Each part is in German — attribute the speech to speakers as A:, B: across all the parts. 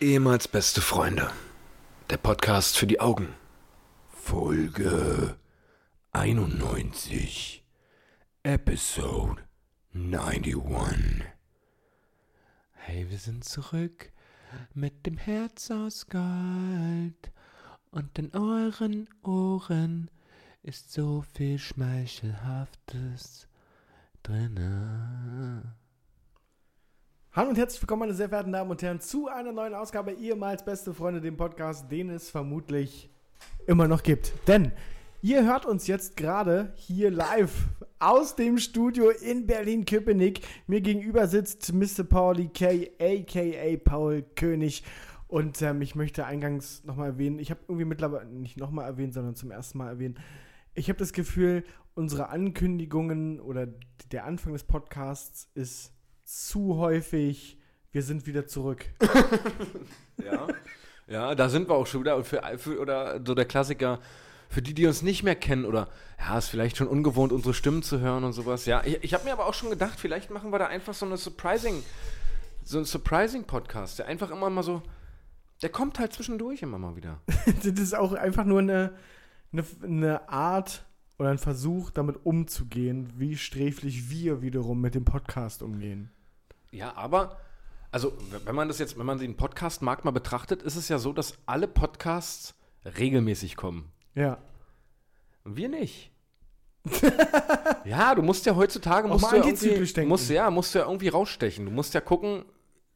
A: Ehemals beste Freunde. Der Podcast für die Augen. Folge 91. Episode 91. Hey, wir sind zurück mit dem Herz aus Gold und in euren Ohren ist so viel Schmeichelhaftes drinne.
B: Hallo und herzlich willkommen, meine sehr verehrten Damen und Herren, zu einer neuen Ausgabe ehemals Beste Freunde, dem Podcast, den es vermutlich immer noch gibt. Denn ihr hört uns jetzt gerade hier live aus dem Studio in Berlin-Köpenick. Mir gegenüber sitzt Mr. Pauli K., a.k.a. Paul König. Und ähm, ich möchte eingangs nochmal erwähnen, ich habe irgendwie mittlerweile, nicht nochmal erwähnt, sondern zum ersten Mal erwähnt, ich habe das Gefühl, unsere Ankündigungen oder der Anfang des Podcasts ist zu häufig, wir sind wieder zurück.
A: Ja. ja, da sind wir auch schon wieder. Und für, für, oder so der Klassiker, für die, die uns nicht mehr kennen oder ja, ist vielleicht schon ungewohnt, unsere Stimmen zu hören und sowas. Ja, ich, ich habe mir aber auch schon gedacht, vielleicht machen wir da einfach so eine Surprising, so einen Surprising-Podcast, der einfach immer mal so, der kommt halt zwischendurch immer mal wieder.
B: das ist auch einfach nur eine, eine, eine Art oder ein Versuch, damit umzugehen, wie sträflich wir wiederum mit dem Podcast umgehen.
A: Ja, aber, also w- wenn man das jetzt, wenn man den Podcast-Markt mal betrachtet, ist es ja so, dass alle Podcasts regelmäßig kommen.
B: Ja.
A: Und wir nicht. ja, du musst ja heutzutage
B: Auch
A: musst
B: mal
A: du ja,
B: antizyklisch
A: irgendwie,
B: denken.
A: musst, ja, musst du ja irgendwie rausstechen. Du musst ja gucken,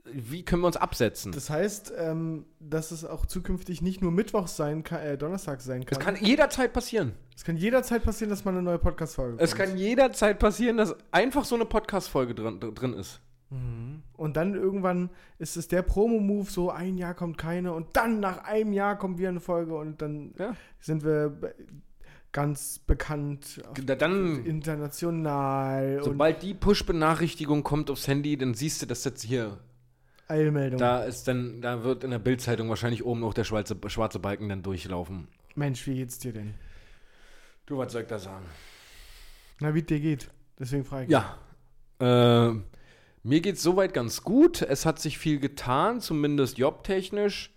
A: wie können wir uns absetzen. Das,
B: Das heißt, ähm, dass es auch zukünftig nicht nur Mittwoch sein kann, äh, Donnerstag sein kann.
A: kann jederzeit passieren.
B: es kann jederzeit passieren, dass man eine neue Podcast-Folge
A: Es
B: bekommt.
A: kann jederzeit passieren, dass einfach so eine Podcast-Folge drin, drin ist.
B: Und dann irgendwann ist es der Promo-Move, so ein Jahr kommt keine und dann nach einem Jahr kommt wieder eine Folge und dann
A: Ja.
B: sind wir be- ganz bekannt auf-
A: Da- Dann,
B: international und
A: sobald die Push-Benachrichtigung kommt aufs Handy, dann siehst du, dass jetzt hier,
B: Eilmeldungen.
A: da ist dann, da wird in der Bild-Zeitung wahrscheinlich oben auch der schwarze, schwarze Balken dann durchlaufen.
B: Mensch, wie geht's dir denn?
A: Du, was soll ich da sagen?
B: Na, wie dir geht. Deswegen frage ich.
A: Ja. Äh, mir geht's soweit ganz gut. Es hat sich viel getan, zumindest jobtechnisch.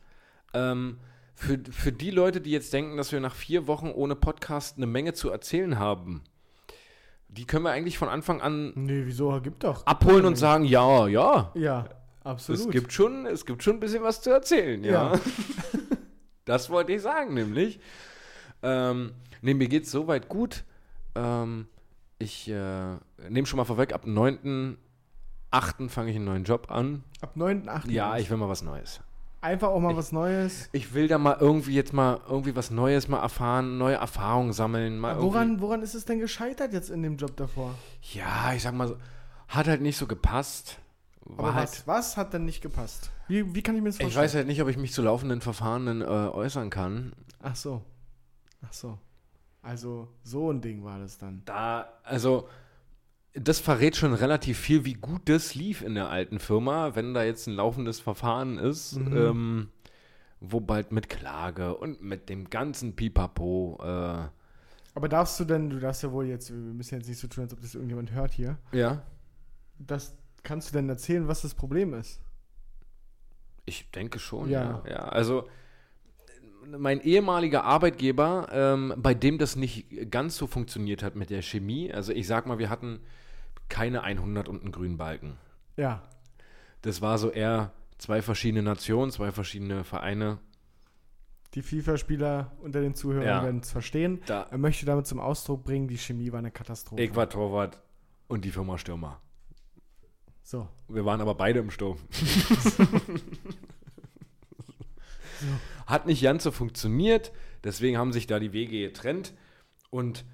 A: Ähm, für, für die Leute, die jetzt denken, dass wir nach vier Wochen ohne Podcast eine Menge zu erzählen haben, die können wir eigentlich von Anfang an
B: Nee, wieso? Gibt doch.
A: abholen und sagen, ja, ja,
B: Ja, absolut.
A: es gibt, schon, es gibt schon ein bisschen was zu erzählen, ja.
B: Ja.
A: das wollte ich sagen, nämlich. Ähm, nee, mir geht's soweit gut. Ähm, ich äh, nehme schon mal vorweg, ab 9.8. fange ich einen neuen Job an.
B: Ab 9.8.
A: Ja, ich will mal was Neues.
B: Einfach auch mal was Neues.
A: Ich will da mal irgendwie jetzt mal irgendwie was Neues mal erfahren, neue Erfahrungen sammeln. Mal irgendwie-
B: Woran, woran ist es denn gescheitert jetzt in dem Job davor?
A: Ja, ich sag mal so, hat halt nicht so gepasst. War
B: Aber
A: halt
B: was, was hat denn nicht gepasst? Wie, wie kann ich mir das
A: Ich
B: vorstellen?
A: weiß halt nicht, ob ich mich zu laufenden Verfahren dann, äh, äußern kann.
B: Ach so. Ach so. Also, so ein Ding war das dann.
A: Da, also, das verrät schon relativ viel, wie gut das lief in der alten Firma, wenn da jetzt ein laufendes Verfahren ist, ähm, wo bald mit Klage und mit dem ganzen Pipapo, äh,
B: Aber darfst du denn, du darfst ja wohl jetzt, wir müssen jetzt nicht so tun, als ob das irgendjemand hört hier.
A: ja,
B: Das kannst du denn erzählen, was das Problem ist?
A: ich denke schon, ja.
B: Ja.
A: Ja, also, mein ehemaliger Arbeitgeber, ähm, bei dem das nicht ganz so funktioniert hat mit der Chemie, also ich sag mal, wir hatten keine 100 und einen grünen Balken.
B: Ja.
A: das war so eher zwei verschiedene Nationen, zwei verschiedene Vereine.
B: Die FIFA-Spieler unter den Zuhörern
A: Ja.
B: werden es verstehen.
A: Da-
B: Er möchte damit zum Ausdruck bringen, die Chemie war eine Katastrophe.
A: Ich war Torwart und die Firma Stürmer.
B: so.
A: Wir waren aber beide im Sturm. Hat nicht ganz so funktioniert, deswegen haben sich da die Wege getrennt. Und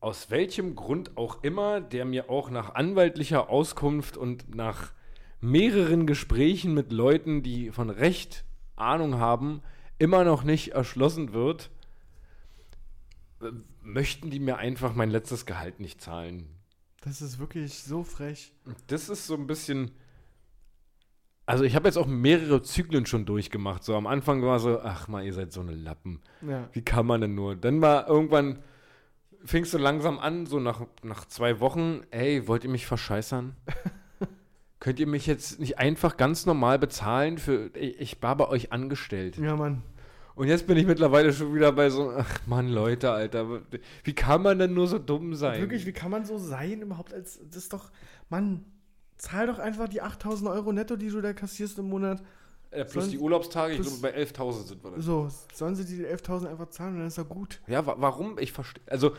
A: aus welchem Grund auch immer, der mir auch nach anwaltlicher Auskunft und nach mehreren Gesprächen mit Leuten, die von Recht Ahnung haben, immer noch nicht erschlossen wird, äh, möchten die mir einfach mein letztes Gehalt nicht zahlen.
B: Das ist wirklich so frech.
A: Das ist so ein bisschen. Also ich habe jetzt auch mehrere Zyklen schon durchgemacht. So am Anfang war so, ach mal, ihr seid so eine Lappen.
B: Ja.
A: Wie kann man denn nur? Dann war irgendwann, fingst du langsam an, so nach, nach zwei Wochen, ey, wollt ihr mich verscheißern? Könnt ihr mich jetzt nicht einfach ganz normal bezahlen für. Ich ich war bei euch angestellt.
B: Ja, Mann.
A: Und jetzt bin ich mittlerweile schon wieder bei so. Ach Mann, Leute, Alter. Wie kann man denn nur so dumm sein?
B: Wirklich, wie kann man so sein überhaupt als. Das ist doch. Mann, zahl doch einfach die 8000 Euro netto, die du da kassierst im Monat.
A: Äh, plus
B: Sonst-
A: die Urlaubstage, ich
B: plus-
A: glaube, bei 11.000 sind wir dann.
B: So, sollen sie die 11.000 einfach zahlen und dann ist doch gut.
A: Ja, wa warum? Ich verstehe. Also,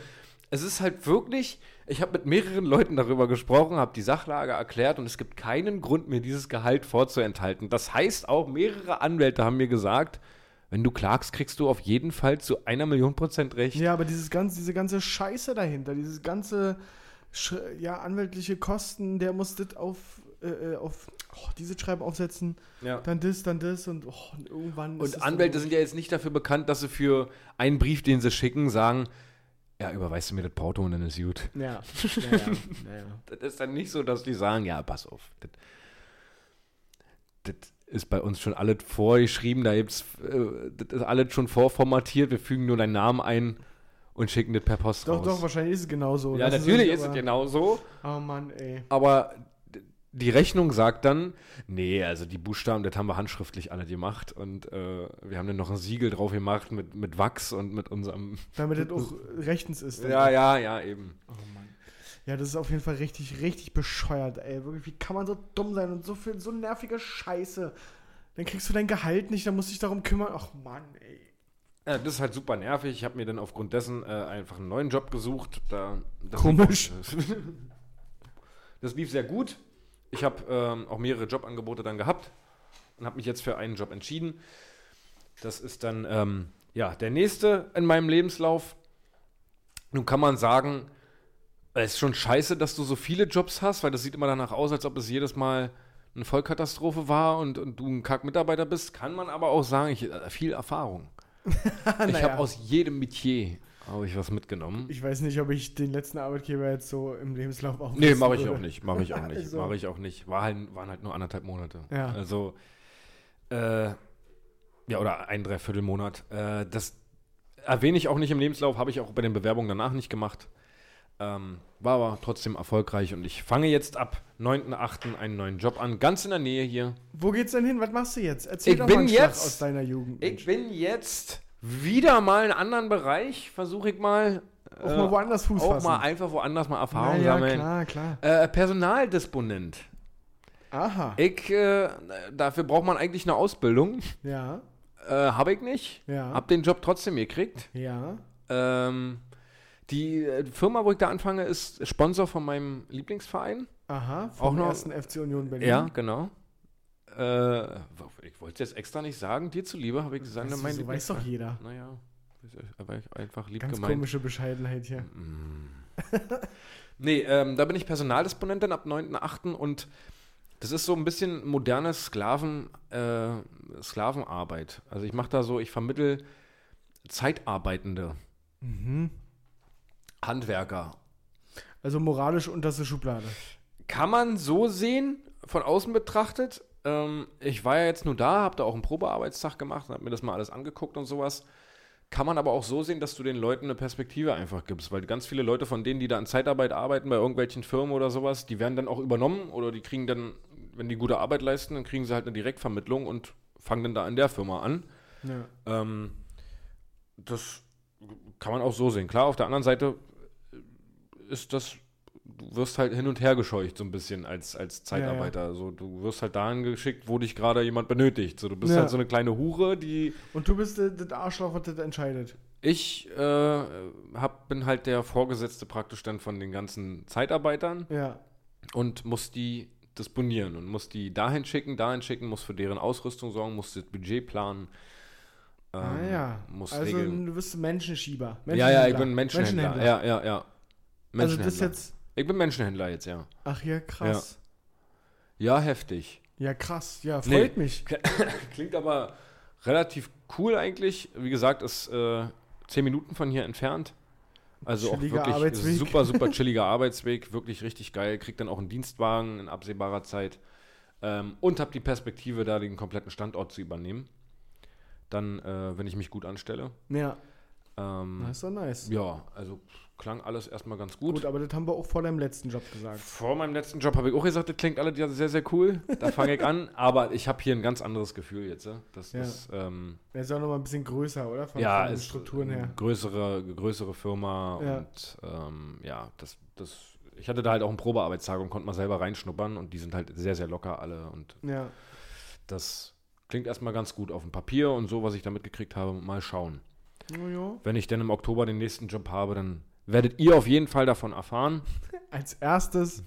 A: es ist halt wirklich. Ich habe mit mehreren Leuten darüber gesprochen, habe die Sachlage erklärt und es gibt keinen Grund, mir dieses Gehalt vorzuenthalten. Das heißt auch, mehrere Anwälte haben mir gesagt, wenn du klagst, kriegst du auf jeden Fall zu einer Million Prozent recht.
B: Ja, aber dieses ganze, diese ganze Scheiße dahinter, dieses ganze Sch ja, anwältliche Kosten, der muss das auf, äh, äh, auf oh, diese Schreiben aufsetzen,
A: Ja.
B: dann das, dann das und, oh, und irgendwann. ist es
A: Und
B: dann
A: Anwälte
B: so-
A: sind ja jetzt nicht dafür bekannt, dass sie für einen Brief, den sie schicken, sagen, ja, überweist du mir das Porto und dann ist gut.
B: Ja, ja, ja, ja, ja.
A: Das ist dann nicht so, dass die sagen, ja, pass auf. Das, das ist bei uns schon alles vorgeschrieben, da gibt's, äh, das ist alles schon vorformatiert, wir fügen nur deinen Namen ein und schicken das per Post
B: Doch,
A: raus.
B: doch, wahrscheinlich ist es genauso.
A: ja,
B: Das
A: natürlich ist
B: aber-
A: es genau- genauso.
B: Oh Mann, ey.
A: aber d- die Rechnung sagt dann, nee, also die Buchstaben, das haben wir handschriftlich alle gemacht und äh, wir haben dann noch ein Siegel drauf gemacht mit, mit Wachs und mit unserem.
B: Damit das auch rechtens ist. dann.
A: Ja, ja, ja, eben.
B: Oh Mann. Ja, das ist auf jeden Fall richtig, richtig bescheuert, ey. Wirklich, wie kann man so dumm sein und so viel, so nervige Scheiße. Dann kriegst du dein Gehalt nicht, dann musst du dich darum kümmern. Ach Mann, ey.
A: Ja, das ist halt super nervig. Ich habe mir dann aufgrund dessen äh, einfach einen neuen Job gesucht. Da, das
B: Komisch.
A: Lief, äh, das lief sehr gut. Ich habe ähm, auch mehrere Jobangebote dann gehabt und habe mich jetzt für einen Job entschieden. Das ist dann ähm, ja der nächste in meinem Lebenslauf. Nun kann man sagen, es ist schon scheiße, dass du so viele Jobs hast, weil das sieht immer danach aus, als ob es jedes Mal eine Vollkatastrophe war und, und du ein Kack-Mitarbeiter bist. Kann man aber auch sagen, ich äh, viel Erfahrung. Ich
B: Naja.
A: habe aus jedem Metier habe ich was mitgenommen.
B: Ich weiß nicht, ob ich den letzten Arbeitgeber jetzt so im Lebenslauf auflisten
A: nee, mache ich
B: würde.
A: auch nicht, mache ich auch nicht,
B: Also.
A: mache ich auch nicht. War halt, waren halt nur anderthalb Monate.
B: Ja.
A: Also äh, ja oder ein Dreiviertelmonat. Äh, das erwähne ich auch nicht im Lebenslauf, habe ich auch bei den Bewerbungen danach nicht gemacht. Ähm, war aber trotzdem erfolgreich und ich fange jetzt ab 9.8. einen neuen Job an, ganz in der Nähe hier.
B: Wo geht's denn hin? Was machst du jetzt? Erzähl
A: Ich
B: doch
A: bin
B: mal einen Schlag
A: jetzt-
B: aus deiner Jugend.
A: Ich bin jetzt wieder mal in einen anderen Bereich, versuche ich mal
B: auch mal woanders Fuß
A: äh, auch
B: fassen.
A: mal einfach woanders mal Erfahrung
B: ja,
A: sammeln.
B: klar, klar.
A: Äh, Personaldisponent.
B: Aha.
A: Ich, äh, dafür braucht man eigentlich eine Ausbildung.
B: Ja,
A: Äh, Habe ich nicht.
B: Ja.
A: Hab den Job trotzdem gekriegt.
B: ja.
A: Ähm, die äh, Firma, wo ich da anfange, ist Sponsor von meinem Lieblingsverein.
B: Aha. Vom
A: Auch noch-
B: ersten FC Union Berlin.
A: Ja, genau. Äh, ich wollte es jetzt extra nicht sagen, dir zuliebe, habe ich gesagt, ne,
B: Weißt du,
A: mein
B: so weiß doch jeder.
A: Naja, ist aber einfach lieb
B: Ganz
A: gemeint. Mhm.
B: komische Bescheidenheit hier.
A: Nee, ähm, da bin ich Personaldisponent dann ab 9.8. und das ist so ein bisschen moderne Sklaven, äh, Sklavenarbeit. Also ich mache da so, ich vermittel Zeitarbeitende,
B: Mhm.
A: Handwerker.
B: Also moralisch unterste Schublade.
A: Kann man so sehen, von außen betrachtet. Ähm, ich war ja jetzt nur da, habe da auch einen Probearbeitstag gemacht und habe mir das mal alles angeguckt und sowas. Kann man aber auch so sehen, dass du den Leuten eine Perspektive einfach gibst, weil ganz viele Leute von denen, die da an Zeitarbeit arbeiten, bei irgendwelchen Firmen oder sowas, die werden dann auch übernommen oder die kriegen dann, wenn die gute Arbeit leisten, dann kriegen sie halt eine Direktvermittlung und fangen dann da in der Firma an.
B: Ja.
A: Ähm, das kann man auch so sehen. Klar, auf der anderen Seite äh, ist das, du wirst halt hin und her gescheucht, so ein bisschen als, als Zeitarbeiter. So, du wirst halt dahin geschickt, wo dich gerade jemand benötigt. So, du bist
B: Ja.
A: halt so eine kleine Hure, die.
B: Und du bist äh, das Arschloch, was das entscheidet.
A: Ich äh, hab, bin halt der Vorgesetzte praktisch dann von den ganzen Zeitarbeitern
B: Ja.
A: und muss die disponieren und muss die dahin schicken, dahin schicken, muss für deren Ausrüstung sorgen, muss das Budget planen. Ähm,
B: Ah ja.
A: Muss
B: also
A: regeln.
B: du bist ein Menschenschieber.
A: Ja, ja, ich
B: Menschenhändler.
A: bin Menschenhändler. Ja, ja, ja.
B: Also das ist
A: Menschenhändler.
B: jetzt.
A: ich bin Menschenhändler jetzt, ja.
B: Ach ja, krass.
A: Ja, heftig.
B: Ja, krass. Ja,
A: Nee.
B: freut mich.
A: Klingt aber relativ cool eigentlich. Wie gesagt, ist äh, zehn Minuten von hier entfernt. Also auch
B: Chilliger
A: wirklich
B: Arbeitsweg.
A: super, super chilliger Arbeitsweg. Wirklich richtig geil. Kriegt dann auch einen Dienstwagen in absehbarer Zeit. Ähm, und habe die Perspektive, da den kompletten Standort zu übernehmen. Dann, äh, wenn ich mich gut anstelle.
B: Ja.
A: Ähm,
B: Das ist doch nice.
A: Ja, also klang alles erstmal ganz gut.
B: Gut, aber das haben wir auch vor deinem letzten Job gesagt.
A: Vor meinem letzten Job habe ich auch gesagt, das klingt alle sehr, sehr cool. Da fange ich an, aber ich habe hier ein ganz anderes Gefühl jetzt. ja. Das
B: Ja.
A: ist, ähm,
B: Der ist auch nochmal ein bisschen größer, oder? Von,
A: ja,
B: von den
A: ist
B: Strukturen
A: eine
B: her.
A: Größere, größere Firma
B: Ja.
A: und ähm, ja, das, das, ich hatte da halt auch einen Probearbeitstag und konnte mal selber reinschnuppern und die sind halt sehr, sehr locker alle und
B: Ja.
A: das klingt erstmal ganz gut auf dem Papier und so, was ich da mitgekriegt habe, mal schauen.
B: Oh, jo.
A: Wenn ich dann im Oktober den nächsten Job habe, dann werdet ihr auf jeden Fall davon erfahren.
B: Als erstes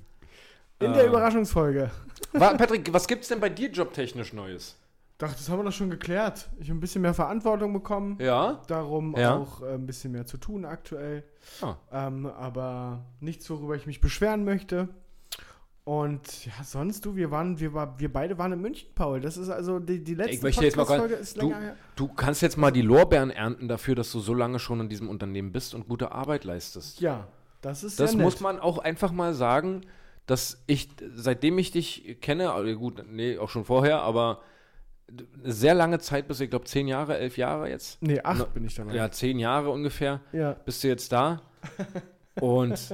B: in der
A: Äh.
B: Überraschungsfolge.
A: Wa- Patrick, was gibt's denn bei dir jobtechnisch Neues?
B: Doch, das haben wir doch schon geklärt. Ich habe ein bisschen mehr Verantwortung bekommen.
A: Ja?
B: Darum
A: Ja.
B: auch äh, ein bisschen mehr zu tun aktuell.
A: Ah.
B: Ähm, aber nichts, worüber ich mich beschweren möchte. Und ja, sonst du, wir waren, wir, war, wir beide waren in München, Paul. Das ist also die, die letzte
A: Ich möchte jetzt mal
B: Podcast-Folge
A: ganz,
B: ist
A: du,
B: länger her.
A: du kannst jetzt mal die Lorbeeren ernten dafür, dass du so lange schon in diesem Unternehmen bist und gute Arbeit leistest.
B: Ja, das ist
A: Das
B: sehr nett.
A: muss man auch einfach mal sagen, dass ich, seitdem ich dich kenne, also gut, nee, auch schon vorher, aber eine sehr lange Zeit bis, ich glaube, zehn Jahre, elf Jahre jetzt.
B: Nee, acht
A: Na,
B: bin ich dabei.
A: Ja, zehn Jahre ungefähr
B: ja.
A: bist du jetzt da. Und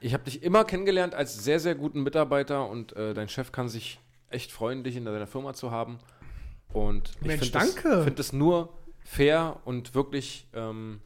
A: ich habe dich immer kennengelernt als sehr, sehr guten Mitarbeiter und äh, dein Chef kann sich echt freuen, dich in deiner Firma zu haben. Und ich
B: Mensch,
A: finde das,
B: danke.
A: find das nur fair und wirklich, ähm,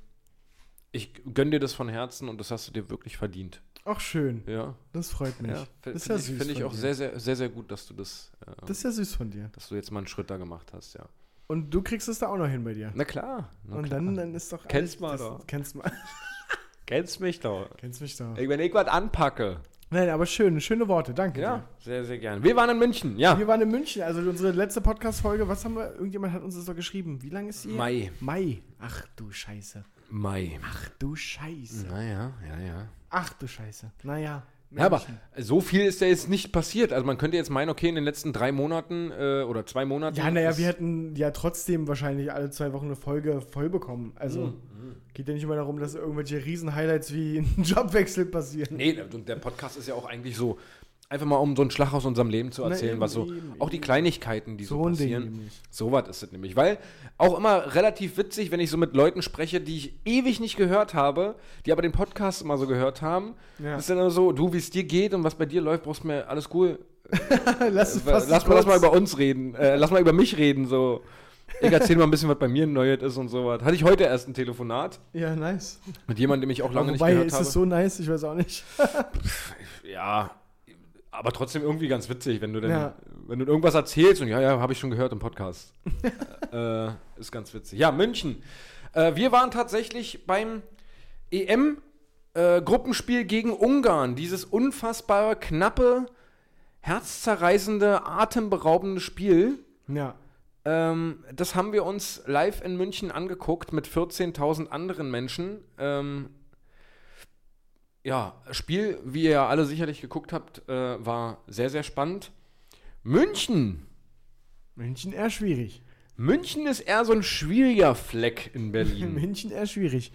A: ich gönne dir das von Herzen und das hast du dir wirklich verdient.
B: Auch schön.
A: Ja,
B: Das freut mich.
A: ja.
B: das
A: finde
B: ist ja
A: ich,
B: süß.
A: find ich
B: von
A: auch
B: dir.
A: sehr, sehr, sehr, sehr gut, dass du das, äh,
B: Das ist ja süß von dir.
A: dass du jetzt mal einen Schritt da gemacht hast, ja.
B: Und du kriegst es da auch noch hin bei dir.
A: Na klar. ne? Na
B: Und
A: klar.
B: dann, dann ist doch
A: Kennst mal
B: alles, das-
A: doch.
B: Kennst mal.
A: kennst mich doch.
B: Kennst mich doch.
A: Ey, Wenn ich was anpacke.
B: Nein, aber schön, schöne Worte, danke.
A: Ja, sehr, sehr gern. Wir waren in München, ja.
B: Dir. Wir waren in München, also unsere letzte Podcast-Folge, was haben wir, irgendjemand hat uns das doch geschrieben. Wie lange ist die?
A: Mai.
B: Mai. Ach du Scheiße.
A: Mai.
B: Ach du Scheiße.
A: Naja, ja, ja.
B: Ach du Scheiße. Naja.
A: Mhm. Ja, aber
B: Menschen.
A: so viel ist da jetzt nicht passiert. Also man könnte jetzt meinen, okay, in den letzten drei Monaten äh, oder zwei Monaten.
B: Ja, naja,
A: ist-
B: wir hätten ja trotzdem wahrscheinlich alle zwei Wochen eine Folge voll bekommen. Also
A: Mhm.
B: geht ja nicht immer darum, dass irgendwelche Riesen-Highlights wie ein Jobwechsel passieren.
A: Nee, und der Podcast ist ja auch eigentlich so, einfach mal um so einen Schlag aus unserem Leben zu
B: Na,
A: erzählen,
B: eben,
A: was so,
B: eben,
A: auch die Kleinigkeiten, die so,
B: So ein Ding
A: passieren.
B: nämlich.
A: So was ist es nämlich. Weil auch immer relativ witzig, wenn ich so mit Leuten spreche, die ich ewig nicht gehört habe, die aber den Podcast immer so gehört haben,
B: Ja.
A: ist dann immer so, du, wie es dir geht und was bei dir läuft, brauchst mir alles cool.
B: Lass, es fast
A: Äh, lass mal, lass mal
B: kurz.
A: über uns reden. Äh, lass mal über mich reden. So. Ich erzähl mal ein bisschen, was bei mir neues ist und sowas. Hatte ich heute erst ein Telefonat
B: Ja, nice.
A: mit jemandem, dem ich auch lange nicht
B: Wobei,
A: gehört
B: ist
A: habe.
B: das so nice? Ich weiß auch nicht.
A: Ja, aber trotzdem irgendwie ganz witzig, wenn du denn,
B: Ja.
A: wenn du irgendwas erzählst und ja, ja, habe ich schon gehört im Podcast. äh, ist ganz witzig. Ja, München. Äh, wir waren tatsächlich beim EM äh, Gruppenspiel gegen Ungarn. Dieses unfassbare, knappe, herzzerreißende, atemberaubende Spiel.
B: Ja.
A: Ähm, das haben wir uns live in München angeguckt mit 14.000 anderen Menschen. Ähm, ja, Spiel, wie ihr ja alle sicherlich geguckt habt, äh, war sehr, sehr spannend. München.
B: München eher schwierig.
A: München ist eher so ein schwieriger Fleck in Berlin.
B: München eher schwierig.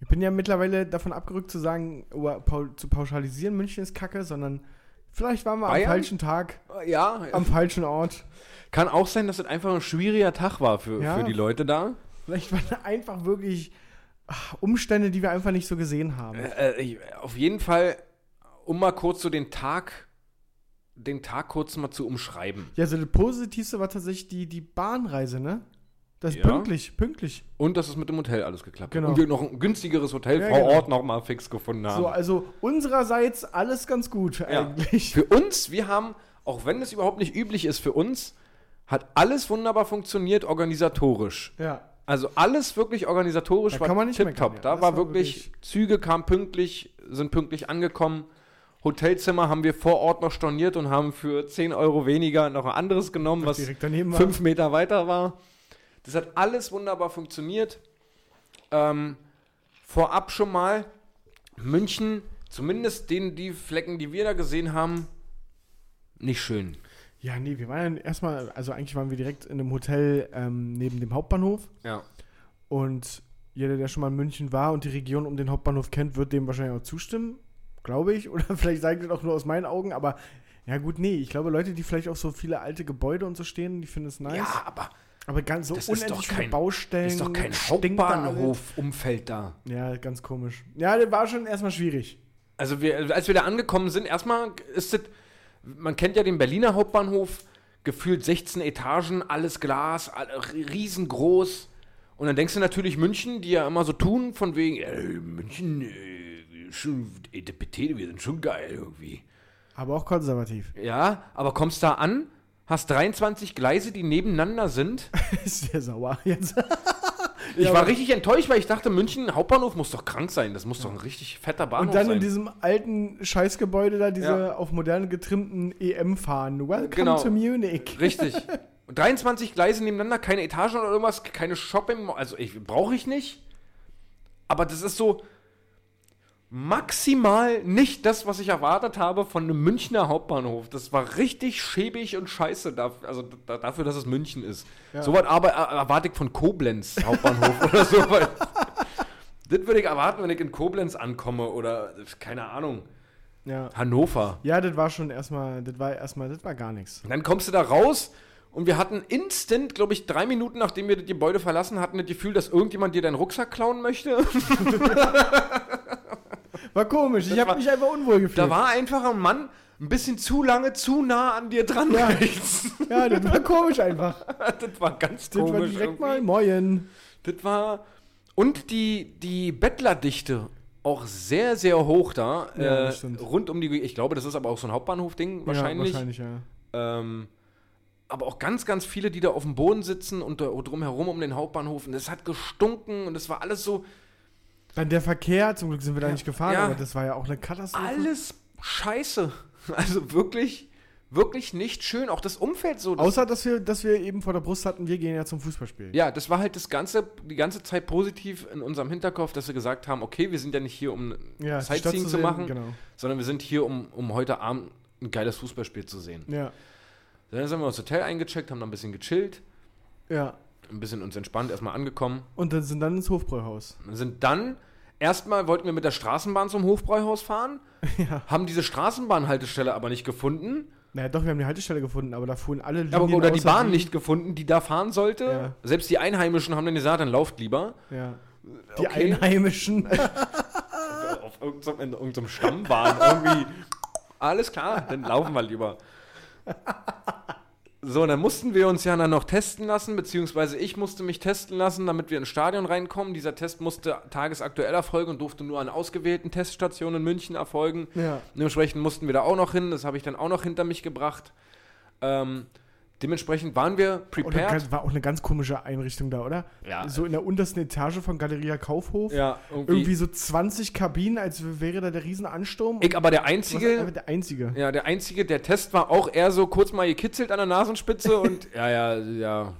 B: Ich bin ja mittlerweile davon abgerückt zu sagen, oder pau- zu pauschalisieren, München ist Kacke, sondern vielleicht waren wir
A: Bayern?
B: am falschen Tag,
A: ja,
B: am falschen Ort.
A: kann auch sein, dass es einfach ein schwieriger Tag war für,
B: Ja.
A: für die Leute da.
B: Vielleicht waren einfach wirklich ach, Umstände, die wir einfach nicht so gesehen haben.
A: Äh, ich, auf jeden Fall, um mal kurz so den Tag, den Tag kurz mal zu umschreiben.
B: Ja, so das Positivste war tatsächlich die, die Bahnreise, ne? Das
A: Ja.
B: pünktlich, pünktlich.
A: Und dass es mit dem Hotel alles geklappt
B: Genau.
A: hat. Und wir noch ein günstigeres Hotel
B: Ja,
A: vor
B: genau.
A: Ort noch mal fix gefunden haben.
B: So, also unsererseits alles ganz gut
A: Ja.
B: eigentlich.
A: Für uns, wir haben, auch wenn es überhaupt nicht üblich ist für uns, hat alles wunderbar funktioniert organisatorisch.
B: Ja.
A: Also alles wirklich organisatorisch
B: Da kann man nicht meckern,
A: tipptopp.
B: ja.
A: Da
B: Das
A: war
B: war
A: wirklich, Züge kamen pünktlich, sind pünktlich angekommen. Hotelzimmer haben wir vor Ort noch storniert und haben für 10 Euro weniger noch ein anderes genommen, was
B: direkt daneben war.
A: fünf Meter weiter war. Das hat alles wunderbar funktioniert. Ähm, vorab schon mal, München, zumindest den, die Flecken, die wir da gesehen haben, nicht schön.
B: Ja, nee, wir waren ja erstmal, also eigentlich waren wir direkt in einem Hotel ähm, neben dem Hauptbahnhof.
A: Ja.
B: Und jeder, der schon mal in München war und die Region um den Hauptbahnhof kennt, wird dem wahrscheinlich auch zustimmen, glaube ich. Oder vielleicht sage ich das auch nur aus meinen Augen, aber ja gut, nee, ich glaube, Leute, die vielleicht auch so viele alte Gebäude und so stehen, die finden es nice.
A: Ja, aber
B: Aber ganz so
A: Das ist
B: unendlich
A: doch
B: viele
A: kein-
B: Baustellen.
A: Ist doch kein
B: stinkt da alles.
A: Hauptbahnhof-Umfeld da.
B: Ja, ganz komisch. Ja, das war schon erstmal schwierig.
A: Also wir, als wir da angekommen sind, erstmal ist das, man kennt ja den Berliner Hauptbahnhof, gefühlt 16 Etagen, alles Glas, all- riesengroß. Und dann denkst du natürlich München, die ja immer so tun, von wegen, äh, München, äh, schon, äh, die Petete, wir sind schon geil irgendwie.
B: Aber auch konservativ.
A: Ja, aber kommst da an, hast 23 Gleise, die nebeneinander sind.
B: ist der sauer jetzt.
A: Ich
B: Ja,
A: war
B: aber-
A: richtig enttäuscht, weil ich dachte, München Hauptbahnhof muss doch krank sein. Das muss doch ein richtig fetter Bahnhof
B: Und dann
A: sein.
B: in diesem alten Scheißgebäude da diese
A: Ja.
B: auf moderne getrimmten EM-Fahren. Welcome
A: Genau.
B: to Munich.
A: Richtig. Und 23 Gleise nebeneinander, keine Etagen oder irgendwas, keine Shopping. Also ich brauche ich nicht. Aber das ist so maximal nicht das, was ich erwartet habe von einem Münchner Hauptbahnhof. Das war richtig schäbig und scheiße, da, also da, dafür, dass es München ist.
B: Ja.
A: So was aber er- erwarte ich von Koblenz Hauptbahnhof oder so. Weil, das würde ich erwarten, wenn ich in Koblenz ankomme oder keine Ahnung,
B: Ja.
A: Hannover.
B: Ja, das war schon erstmal, das war erstmal, das war gar nichts.
A: Und dann kommst du da raus und wir hatten instant, glaube ich, drei Minuten, nachdem wir das Gebäude verlassen hatten, das Gefühl, dass irgendjemand dir deinen Rucksack klauen möchte.
B: War komisch, ich
A: Das
B: habe
A: war-
B: mich einfach unwohl gefühlt.
A: Da war einfach ein Mann ein bisschen zu lange, zu nah an dir dran.
B: Ja.
A: rechts.
B: ja, das war komisch einfach.
A: das war ganz
B: Das war
A: komisch.
B: direkt
A: irgendwie.
B: mal Moin.
A: Das war. Und die, die Bettlerdichte auch sehr, sehr hoch da.
B: Ja,
A: äh,
B: das stimmt.
A: rund um die. Ich glaube, das ist aber auch so ein Hauptbahnhof-Ding wahrscheinlich.
B: Ja, wahrscheinlich, ja.
A: Ähm, aber auch ganz, ganz viele, die da auf dem Boden sitzen und da drumherum um den Hauptbahnhof. Und es hat gestunken und es war alles so,
B: Dann der Verkehr, zum Glück sind wir da nicht gefahren,
A: Ja.
B: aber das war ja auch eine Katastrophe.
A: alles scheiße. Also wirklich, wirklich nicht schön. Auch das Umfeld so. Das,
B: Außer, dass wir, dass wir eben vor der Brust hatten, wir gehen ja zum Fußballspiel.
A: ja, das war halt das ganze, die ganze Zeit positiv in unserem Hinterkopf, dass wir gesagt haben, okay, wir sind ja nicht hier, um
B: Ja, die Stadt
A: Sightseeing zu
B: sehen,
A: machen,
B: Genau.
A: sondern wir sind hier, um, um heute Abend ein geiles Fußballspiel zu sehen.
B: Ja.
A: Dann sind wir ins Hotel eingecheckt, haben da ein bisschen gechillt,
B: ja.
A: ein bisschen uns entspannt, erstmal angekommen.
B: Und dann sind dann ins Hofbräuhaus.
A: sind dann erstmal wollten wir mit der Straßenbahn zum Hofbräuhaus fahren,
B: Ja.
A: haben diese Straßenbahnhaltestelle aber nicht gefunden,
B: Naja, doch, wir haben die Haltestelle gefunden, aber da fuhren alle Linien
A: aber, oder die
B: außer
A: Bahn nicht gefunden, die da fahren sollte.
B: Ja.
A: Selbst die Einheimischen haben dann gesagt, dann lauft lieber.
B: Ja. Die
A: Okay.
B: Einheimischen.
A: Auf irgendeinem, in irgendeinem Stamm waren irgendwie. Alles klar, dann laufen wir lieber. So, und dann mussten wir uns ja dann noch testen lassen, beziehungsweise ich musste mich testen lassen, damit wir ins Stadion reinkommen. Dieser Test musste tagesaktuell erfolgen und durfte nur an ausgewählten Teststationen in München erfolgen.
B: ja.
A: Dementsprechend mussten wir da auch noch hin. Das habe ich dann auch noch hinter mich gebracht. Ähm, dementsprechend waren wir
B: Und dann
A: prepared.
B: ganz- war auch eine ganz komische Einrichtung da, oder?
A: Ja.
B: So in der untersten Etage von Galeria Kaufhof.
A: Ja, irgendwie.
B: Irgendwie so 20 Kabinen, als wäre da der Riesenansturm.
A: ich aber der
B: Du warst einfach
A: Einzige,
B: der Einzige.
A: ja, der Einzige, der Test war auch eher so kurz mal gekitzelt an der Nasenspitze und ja, ja, ja.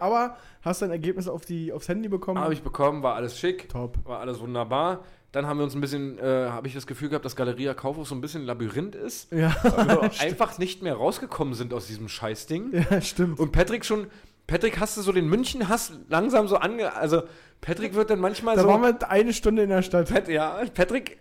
B: Aber hast dein Ergebnis auf die, aufs Handy bekommen?
A: Habe ich bekommen, war alles schick,
B: Top.
A: war alles wunderbar. Dann haben wir uns ein bisschen, äh, habe ich das Gefühl gehabt, dass Galeria Kaufhof so ein bisschen ein Labyrinth ist.
B: Ja,
A: Weil wir einfach nicht mehr rausgekommen sind aus diesem Scheißding.
B: ja stimmt.
A: Und Patrick schon, Patrick hast du so den München-Hass langsam so ange... Also Patrick wird dann manchmal
B: da
A: so...
B: waren wir eine Stunde in der Stadt.
A: Pat, ja, Patrick äh,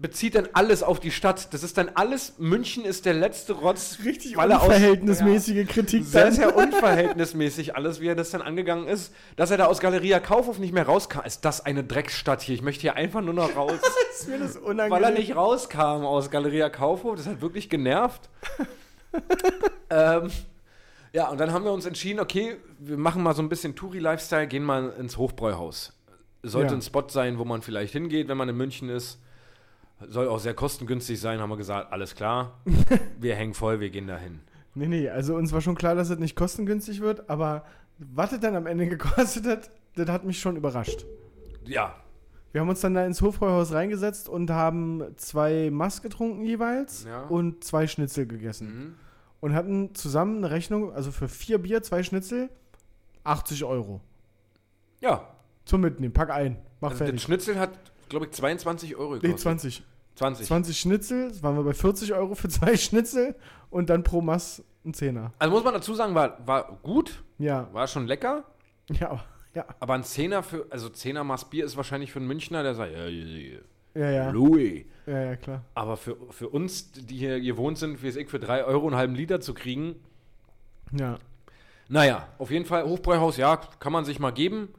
A: bezieht dann alles auf die Stadt. Das ist dann alles, München ist der letzte Rotz.
B: Richtig
A: weil er aus-
B: unverhältnismäßige
A: Ja,
B: Kritik
A: sehr,
B: dann.
A: sehr unverhältnismäßig alles, wie er das dann angegangen ist. Dass er da aus Galeria Kaufhof nicht mehr rauskam. Ist das eine Drecksstadt hier? Ich möchte hier einfach nur noch raus.
B: ist mir das
A: weil er
B: unangenehm.
A: nicht rauskam aus Galeria Kaufhof. Das hat wirklich genervt. ähm, ja, und dann haben wir uns entschieden, okay, wir machen mal so ein bisschen Touri-Lifestyle, gehen mal ins Hochbräuhaus. Sollte
B: Ja.
A: ein Spot sein, wo man vielleicht hingeht, wenn man in München ist. Soll auch sehr kostengünstig sein, haben wir gesagt, alles klar. wir hängen voll, wir gehen dahin.
B: Nee, nee, also uns war schon klar, dass das nicht kostengünstig wird, aber was das dann am Ende gekostet hat, das hat mich schon überrascht.
A: Ja,
B: Wir haben uns dann da ins Hofbräuhaus reingesetzt und haben zwei Mass getrunken jeweils
A: Ja.
B: und zwei Schnitzel gegessen.
A: Mhm.
B: Und hatten zusammen eine Rechnung, also für vier Bier, zwei Schnitzel, 80 Euro.
A: ja.
B: Zum Mitnehmen, pack ein, mach
A: Also das
B: fertig.
A: Schnitzel hat, glaube ich, 22 Euro
B: Nee,
A: gekostet.
B: 20.
A: 20.
B: 20 Schnitzel, das waren wir bei 40 Euro für zwei Schnitzel und dann pro Mass ein Zehner.
A: Also muss man dazu sagen, war, war gut,
B: Ja,
A: war schon lecker.
B: ja, aber- ja,
A: Aber ein Zehner für, also Zehner Maß Bier ist wahrscheinlich für einen Münchner, der sagt, ja, ja,
B: ja,
A: ja,
B: ja,
A: Louis.
B: ja, ja klar.
A: Aber für, für uns, die hier gewohnt sind, wie es ich, für drei Euro einen halben Liter zu kriegen,
B: Ja.
A: Naja, auf jeden Fall, Hofbräuhaus, ja, kann man sich mal geben.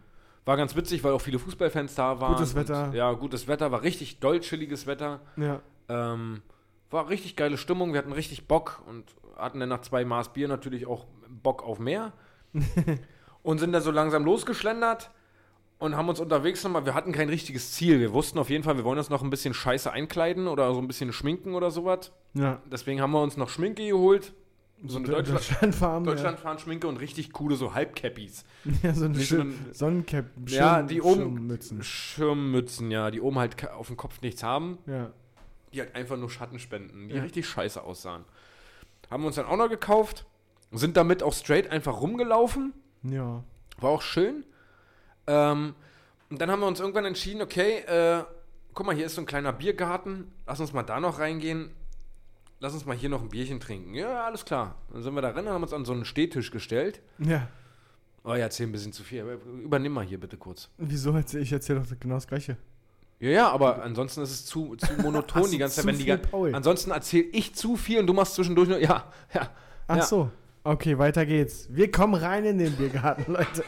A: War ganz witzig, weil auch viele Fußballfans da waren.
B: Gutes Wetter.
A: Und, ja, gutes Wetter, war richtig doll chilliges Wetter.
B: Ja.
A: Ähm, war richtig geile Stimmung, wir hatten richtig Bock und hatten dann nach zwei Maß Bier natürlich auch Bock auf mehr. und sind dann so langsam losgeschlendert und haben uns unterwegs nochmal, wir hatten kein richtiges Ziel. Wir wussten auf jeden Fall, wir wollen uns noch ein bisschen scheiße einkleiden oder so ein bisschen schminken oder sowas.
B: Ja.
A: Deswegen haben wir uns noch Schminke geholt. So eine Deutschland,
B: Deutschlandfarben.
A: Deutschland fahren Schminke und richtig coole so Halbcappies.
B: Ja. ja, so eine
A: Mit
B: Schir-
A: einem-
B: Sonnencap.
A: Ja, die oben-
B: Mützen.
A: Schirmmützen, ja, die oben halt ke- auf dem Kopf nichts haben.
B: Ja.
A: die halt einfach nur Schatten spenden, die
B: Ja.
A: richtig scheiße aussahen. Haben wir uns dann auch noch gekauft, sind damit auch straight einfach rumgelaufen,
B: Ja.
A: war auch schön. Ähm, und dann haben wir uns irgendwann entschieden, okay, äh, guck mal, hier ist so ein kleiner Biergarten, lass uns mal da noch reingehen, lass uns mal hier noch ein Bierchen trinken. Ja, alles klar. Dann sind wir da rein, haben uns an so einen Stehtisch gestellt.
B: Ja.
A: Oh ja, erzähl ein bisschen zu viel, aber übernimm mal hier bitte kurz.
B: Wieso erzähl ich erzähl doch genau das Gleiche?
A: Ja, ja, aber ansonsten ist es zu, zu monoton
B: Ach so,
A: die ganze Zeit.
B: zu
A: Wenn die,
B: viel
A: ga-
B: Paul.
A: ansonsten erzähle ich zu viel und du machst zwischendurch nur, ja, ja.
B: Ach
A: ja.
B: so. Okay, weiter geht's. Wir kommen rein in den Biergarten, Leute.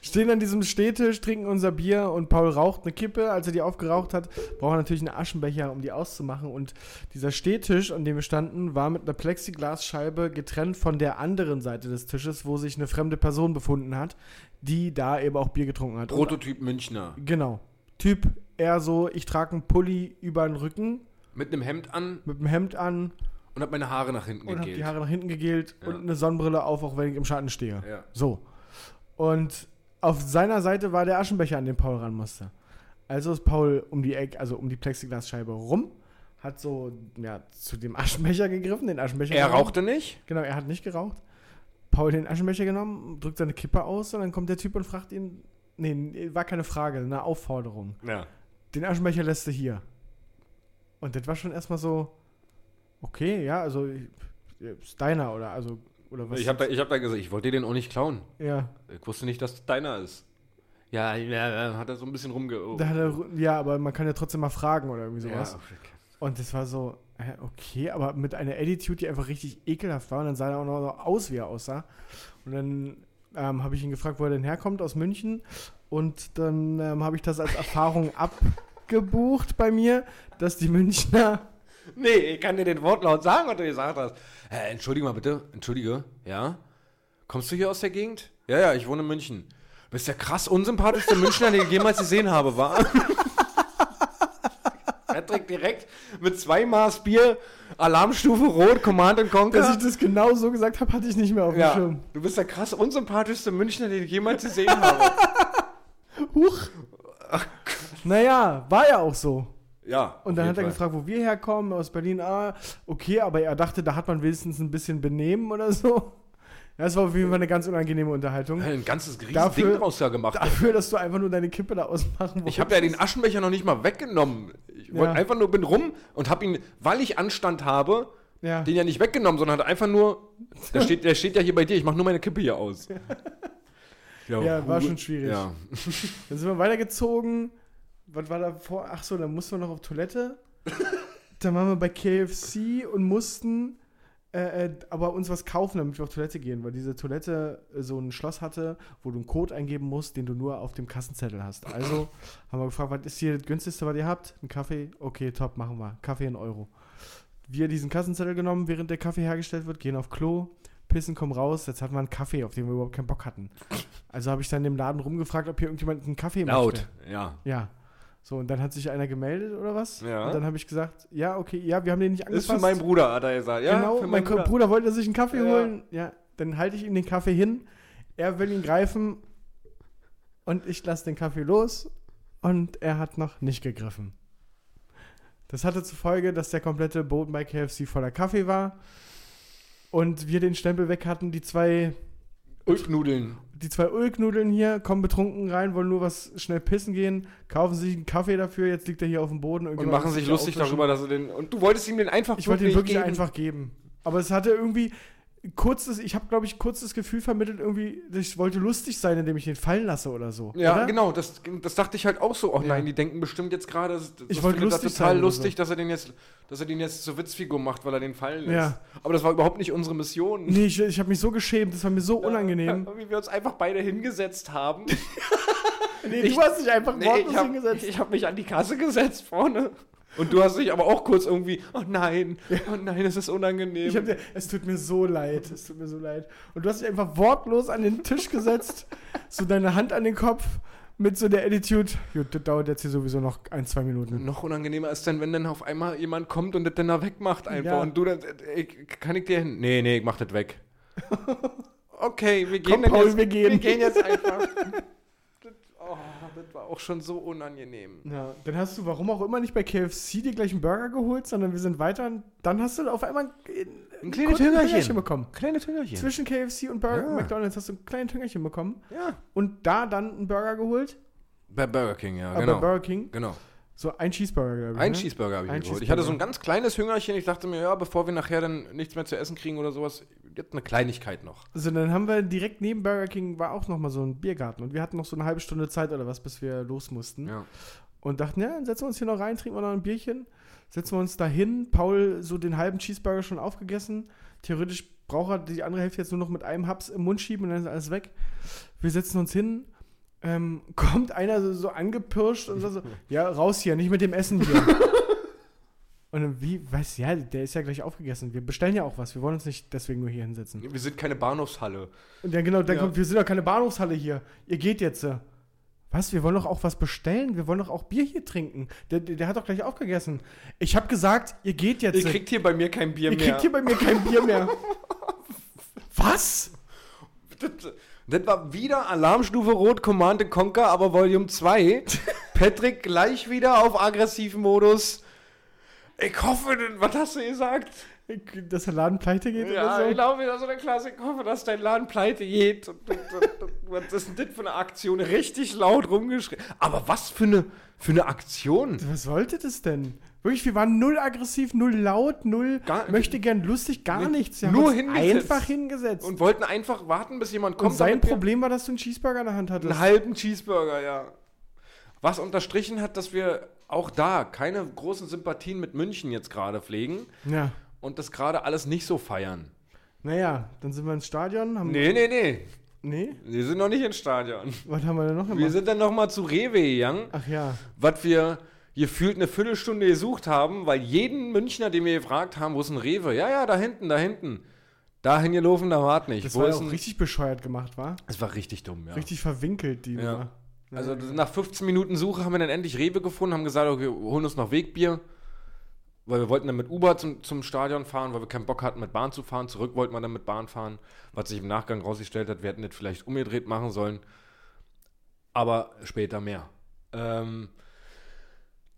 B: Stehen an diesem Stehtisch, trinken unser Bier und Paul raucht eine Kippe. Als er die aufgeraucht hat, braucht er natürlich einen Aschenbecher, um die auszumachen. Und dieser Stehtisch, an dem wir standen, war mit einer Plexiglasscheibe getrennt von der anderen Seite des Tisches, wo sich eine fremde Person befunden hat, die da eben auch Bier getrunken hat. Und-
A: Prototyp Münchner.
B: Genau. Typ eher so, ich trage einen Pulli über den Rücken,
A: Mit einem Hemd an
B: mit dem Hemd an
A: und hab meine Haare nach hinten
B: und habe
A: gegelt.
B: die Haare nach hinten gegelt
A: Ja.
B: und eine Sonnenbrille auf, auch wenn ich im Schatten stehe.
A: Ja.
B: So. Und auf seiner Seite war der Aschenbecher, an den Paul ran musste. Also ist Paul um die Eck, also um die Plexiglasscheibe rum, hat so ja, zu dem Aschenbecher gegriffen, den Aschenbecher.
A: Er
B: genommen.
A: rauchte nicht.
B: Genau, er hat nicht geraucht. Paul den Aschenbecher genommen, drückt seine Kippe aus und dann kommt der Typ und fragt ihn. Nee, war keine Frage, eine Aufforderung
A: Ja.
B: den Aschenbecher lässt du hier. Und das war schon erstmal so, okay, ja, also ich- ist deiner oder also oder was?
A: Ich hab, da, ich hab da gesagt, ich wollte dir den auch nicht klauen.
B: ja,
A: Ich wusste nicht, dass das deiner ist. Ja, ja, ja, hat er so ein bisschen
B: da
A: rumge...
B: hat er, ja, aber man kann ja trotzdem mal fragen oder irgendwie
A: ja,
B: sowas. Und das war so, hä, okay, aber mit einer Attitude, die einfach richtig ekelhaft war. Und dann sah er auch noch so aus, wie er aussah. Und dann ähm, habe ich ihn gefragt, wo er denn herkommt, aus München. Und dann ähm, habe ich das als Erfahrung abgebucht bei mir, dass die Münchner
A: Nee, ich kann dir den Wortlaut sagen, was du gesagt hast. Äh, entschuldige mal bitte, entschuldige, ja? Kommst du hier aus der Gegend? Ja, ja, ich wohne in München. Du bist der krass unsympathischste Münchner, den ich jemals gesehen habe, war. Patrick direkt mit zwei Maß Bier, Alarmstufe Rot, Command and Conquer.
B: Dass ich das genau so gesagt habe, hatte ich nicht mehr auf dem
A: ja,
B: Schirm.
A: du bist der krass unsympathischste Münchner, den ich jemals gesehen habe.
B: Huch. Naja, war ja auch so.
A: Ja.
B: Und dann hat er gefragt, wo wir herkommen, aus Berlin. Ah, okay, aber er dachte, da hat man wenigstens ein bisschen Benehmen oder so. Ja, Das war auf jeden Fall eine ganz unangenehme Unterhaltung.
A: Ein ganzes riesen
B: Dafür-
A: Ding draus da gemacht.
B: Dafür, dass du einfach nur deine Kippe da ausmachen wolltest.
A: Ich habe ja den Aschenbecher noch nicht mal weggenommen. Ich wollte
B: Ja.
A: einfach nur bin rum und habe ihn, weil ich Anstand habe,
B: Ja.
A: den ja nicht weggenommen, sondern hat einfach nur. Der steht, der steht ja hier bei dir. Ich mache nur meine Kippe hier aus.
B: Ja, war schon schwierig.
A: Ja.
B: Dann sind wir weitergezogen. Was war da vor? Ach so, dann mussten wir noch auf Toilette. dann waren wir bei KFC und mussten äh, äh, aber uns was kaufen, damit wir auf Toilette gehen, weil diese Toilette äh, so ein Schloss hatte, wo du einen Code eingeben musst, den du nur auf dem Kassenzettel hast. Also haben wir gefragt, was ist hier das günstigste, was ihr habt? Ein Kaffee? Okay, top, machen wir. Kaffee in Euro. Wir diesen Kassenzettel genommen, während der Kaffee hergestellt wird, gehen auf Klo, pissen, kommen raus. Jetzt hatten wir einen Kaffee, auf den wir überhaupt keinen Bock hatten. Also habe ich dann im Laden rumgefragt, ob hier irgendjemand einen Kaffee möchte.
A: Laut. Ja.
B: Ja. So, und dann hat sich einer gemeldet oder was?
A: Ja.
B: Und dann habe ich gesagt, ja, okay, ja, wir haben den nicht
A: Ist
B: angepasst.
A: für meinen Bruder, hat er gesagt. Ja,
B: genau,
A: für
B: mein Bruder. Bruder wollte sich einen Kaffee
A: Ja.
B: holen. Ja, dann halte ich ihm den Kaffee hin. Er will ihn greifen und ich lasse den Kaffee los und er hat noch nicht gegriffen. Das hatte zur Folge, dass der komplette Boden bei KFC voller Kaffee war und wir den Stempel weg hatten. Die zwei,
A: Ulfnudeln.
B: die zwei Ulknudeln hier kommen betrunken rein, wollen nur was schnell pissen gehen, kaufen sich einen Kaffee dafür. Jetzt liegt er hier auf dem Boden
A: Und
B: irgendjemand
A: machen
B: muss
A: sich
B: ihn
A: lustig
B: auffrischen.
A: darüber, dass er den. Und du wolltest ihm den einfach
B: Ich wollte ihn wirklich
A: geben.
B: einfach geben. Aber es hatte irgendwie, kurzes, ich habe, glaube ich, kurzes Gefühl vermittelt, irgendwie, ich wollte lustig sein, indem ich den fallen lasse oder so.
A: Ja,
B: oder?
A: genau, das, das dachte ich halt auch so. Oh
B: Ja.
A: nein, die denken bestimmt jetzt gerade, das, das
B: Ich wollte
A: findet er
B: lustig
A: total
B: sein oder
A: lustig, dass er den jetzt, dass er den jetzt zur Witzfigur macht, weil er den fallen lässt.
B: Ja.
A: Aber das war überhaupt nicht unsere Mission.
B: Nee, ich, ich habe mich so geschämt, das war mir so unangenehm.
A: Wie wir uns einfach beide hingesetzt haben.
B: Nee,
A: Ich-
B: du hast dich einfach
A: Nee,
B: wortlos
A: ich hab-
B: hingesetzt.
A: Ich habe mich an die Kasse gesetzt vorne. Und du hast dich aber auch kurz irgendwie, oh nein, oh nein, es ist unangenehm.
B: Ich hab dir, es tut mir so leid, es tut mir so leid. Und du hast dich einfach wortlos an den Tisch gesetzt, so deine Hand an den Kopf mit so der Attitude, gut, das dauert jetzt hier sowieso noch ein, zwei Minuten.
A: noch unangenehmer ist dann, wenn dann auf einmal jemand kommt und das dann da wegmacht einfach
B: Ja.
A: und du dann, äh, ich, kann ich dir hin? Nee, nee, ich mach das weg. Okay, wir gehen
B: Komm,
A: dann
B: Paul,
A: jetzt,
B: wir gehen.
A: wir gehen jetzt einfach. das, oh, das war auch schon so unangenehm.
B: Ja, dann hast du, warum auch immer, nicht bei KFC dir gleich einen Burger geholt, sondern wir sind weiter. und Dann hast du auf einmal ein,
A: Ein kleines
B: kurzen
A: Hüngerchen.
B: bekommen.
A: Kleine Tüngerchen.
B: Zwischen KFC und Burger
A: Ja.
B: McDonalds hast du ein kleines Hüngerchen bekommen
A: Ja.
B: und da dann einen Burger geholt.
A: Bei Burger King, ja,
B: aber
A: genau.
B: Burger King.
A: Genau.
B: So ein Cheeseburger, glaube ich.
A: Ein
B: ne?
A: Cheeseburger habe ich
B: Mhm. Ein
A: mir geholt. Ich hatte so ein
B: Cheeseburger.
A: ganz kleines Hüngerchen. Ich dachte mir, ja, bevor wir nachher dann nichts mehr zu essen kriegen oder sowas, jetzt eine Kleinigkeit noch.
B: So, dann haben wir direkt neben Burger King war auch nochmal so ein Biergarten und wir hatten noch so eine halbe Stunde Zeit oder was, bis wir los mussten.
A: Ja.
B: Und dachten, ja, dann setzen wir uns hier noch rein, trinken wir noch ein Bierchen, setzen wir uns da hin. Paul so den halben Cheeseburger schon aufgegessen. Theoretisch braucht er die andere Hälfte jetzt nur noch mit einem Haps im Mund schieben und dann ist alles weg. Wir setzen uns hin. Ähm, kommt einer so, so angepirscht und sagt so, ja, raus hier, nicht mit dem Essen hier. und dann, wie, weiß ja, der ist ja gleich aufgegessen. Wir bestellen ja auch was, wir wollen uns nicht deswegen nur hier hinsetzen.
A: Wir sind keine Bahnhofshalle.
B: Und dann genau, dann
A: Ja.
B: kommt, wir sind doch keine Bahnhofshalle hier. Ihr geht jetzt. äh. Was? Wir wollen doch auch was bestellen. Wir wollen doch auch Bier hier trinken. Der, der, der hat doch gleich aufgegessen. Ich habe gesagt, ihr geht jetzt.
A: Ihr kriegt hier bei mir kein Bier
B: Ihr
A: mehr.
B: kriegt hier bei mir kein Bier mehr. was?
A: Das, das war wieder Alarmstufe Rot, Command and Conquer, aber Volume 2. Patrick gleich wieder auf aggressiven Modus. Ich hoffe, denn- was hast du gesagt?
B: Dass der Laden pleite geht
A: Ja, genau.
B: oder so?
A: ich glaube, das ist eine Klasse. Ich hoffe, dass dein Laden pleite geht. Und, und, und, und, was ist denn das für eine Aktion? Richtig laut rumgeschrien. Aber was für eine, für eine Aktion?
B: Was wollte das denn? Wirklich, wir waren null aggressiv, null laut, null
A: Gar-
B: möchte gern lustig, gar
A: Nee,
B: nichts. Wir
A: nur
B: uns
A: hingesetzt.
B: einfach hingesetzt. Und,
A: Und wollten einfach warten, bis jemand kommt.
B: sein
A: damit wir-
B: Problem war, dass du einen Cheeseburger in der Hand hattest.
A: Einen halben Cheeseburger, ja. Was unterstrichen hat, dass wir auch da keine großen Sympathien mit München jetzt gerade pflegen
B: Ja.
A: und das gerade alles nicht so feiern.
B: Naja, dann sind wir ins Stadion. Haben,
A: Nee, nee, nee.
B: nee?
A: Wir sind noch nicht ins Stadion.
B: Was haben wir denn noch
A: Wir
B: gemacht?
A: sind dann nochmal zu Rewe gegangen,
B: Ach ja.
A: was wir gefühlt eine Viertelstunde gesucht haben, weil jeden Münchner, den wir gefragt haben, wo ist ein Rewe? Ja, ja, da hinten, da hinten. Dahin gelaufen, da wart nicht.
B: Das
A: Wo
B: war ja
A: ist
B: auch
A: ein-
B: richtig bescheuert gemacht, war?
A: Es war richtig dumm, ja.
B: Richtig verwinkelt, die
A: Ja.
B: Nummer.
A: Also das- nach 15 Minuten Suche haben wir dann endlich Rewe gefunden, haben gesagt, okay, wir holen uns noch Wegbier, weil wir wollten dann mit Uber zum, zum Stadion fahren, weil wir keinen Bock hatten, mit Bahn zu fahren. Zurück wollten wir dann mit Bahn fahren, was sich im Nachgang rausgestellt hat, wir hätten das vielleicht umgedreht machen sollen, aber später mehr. Ähm,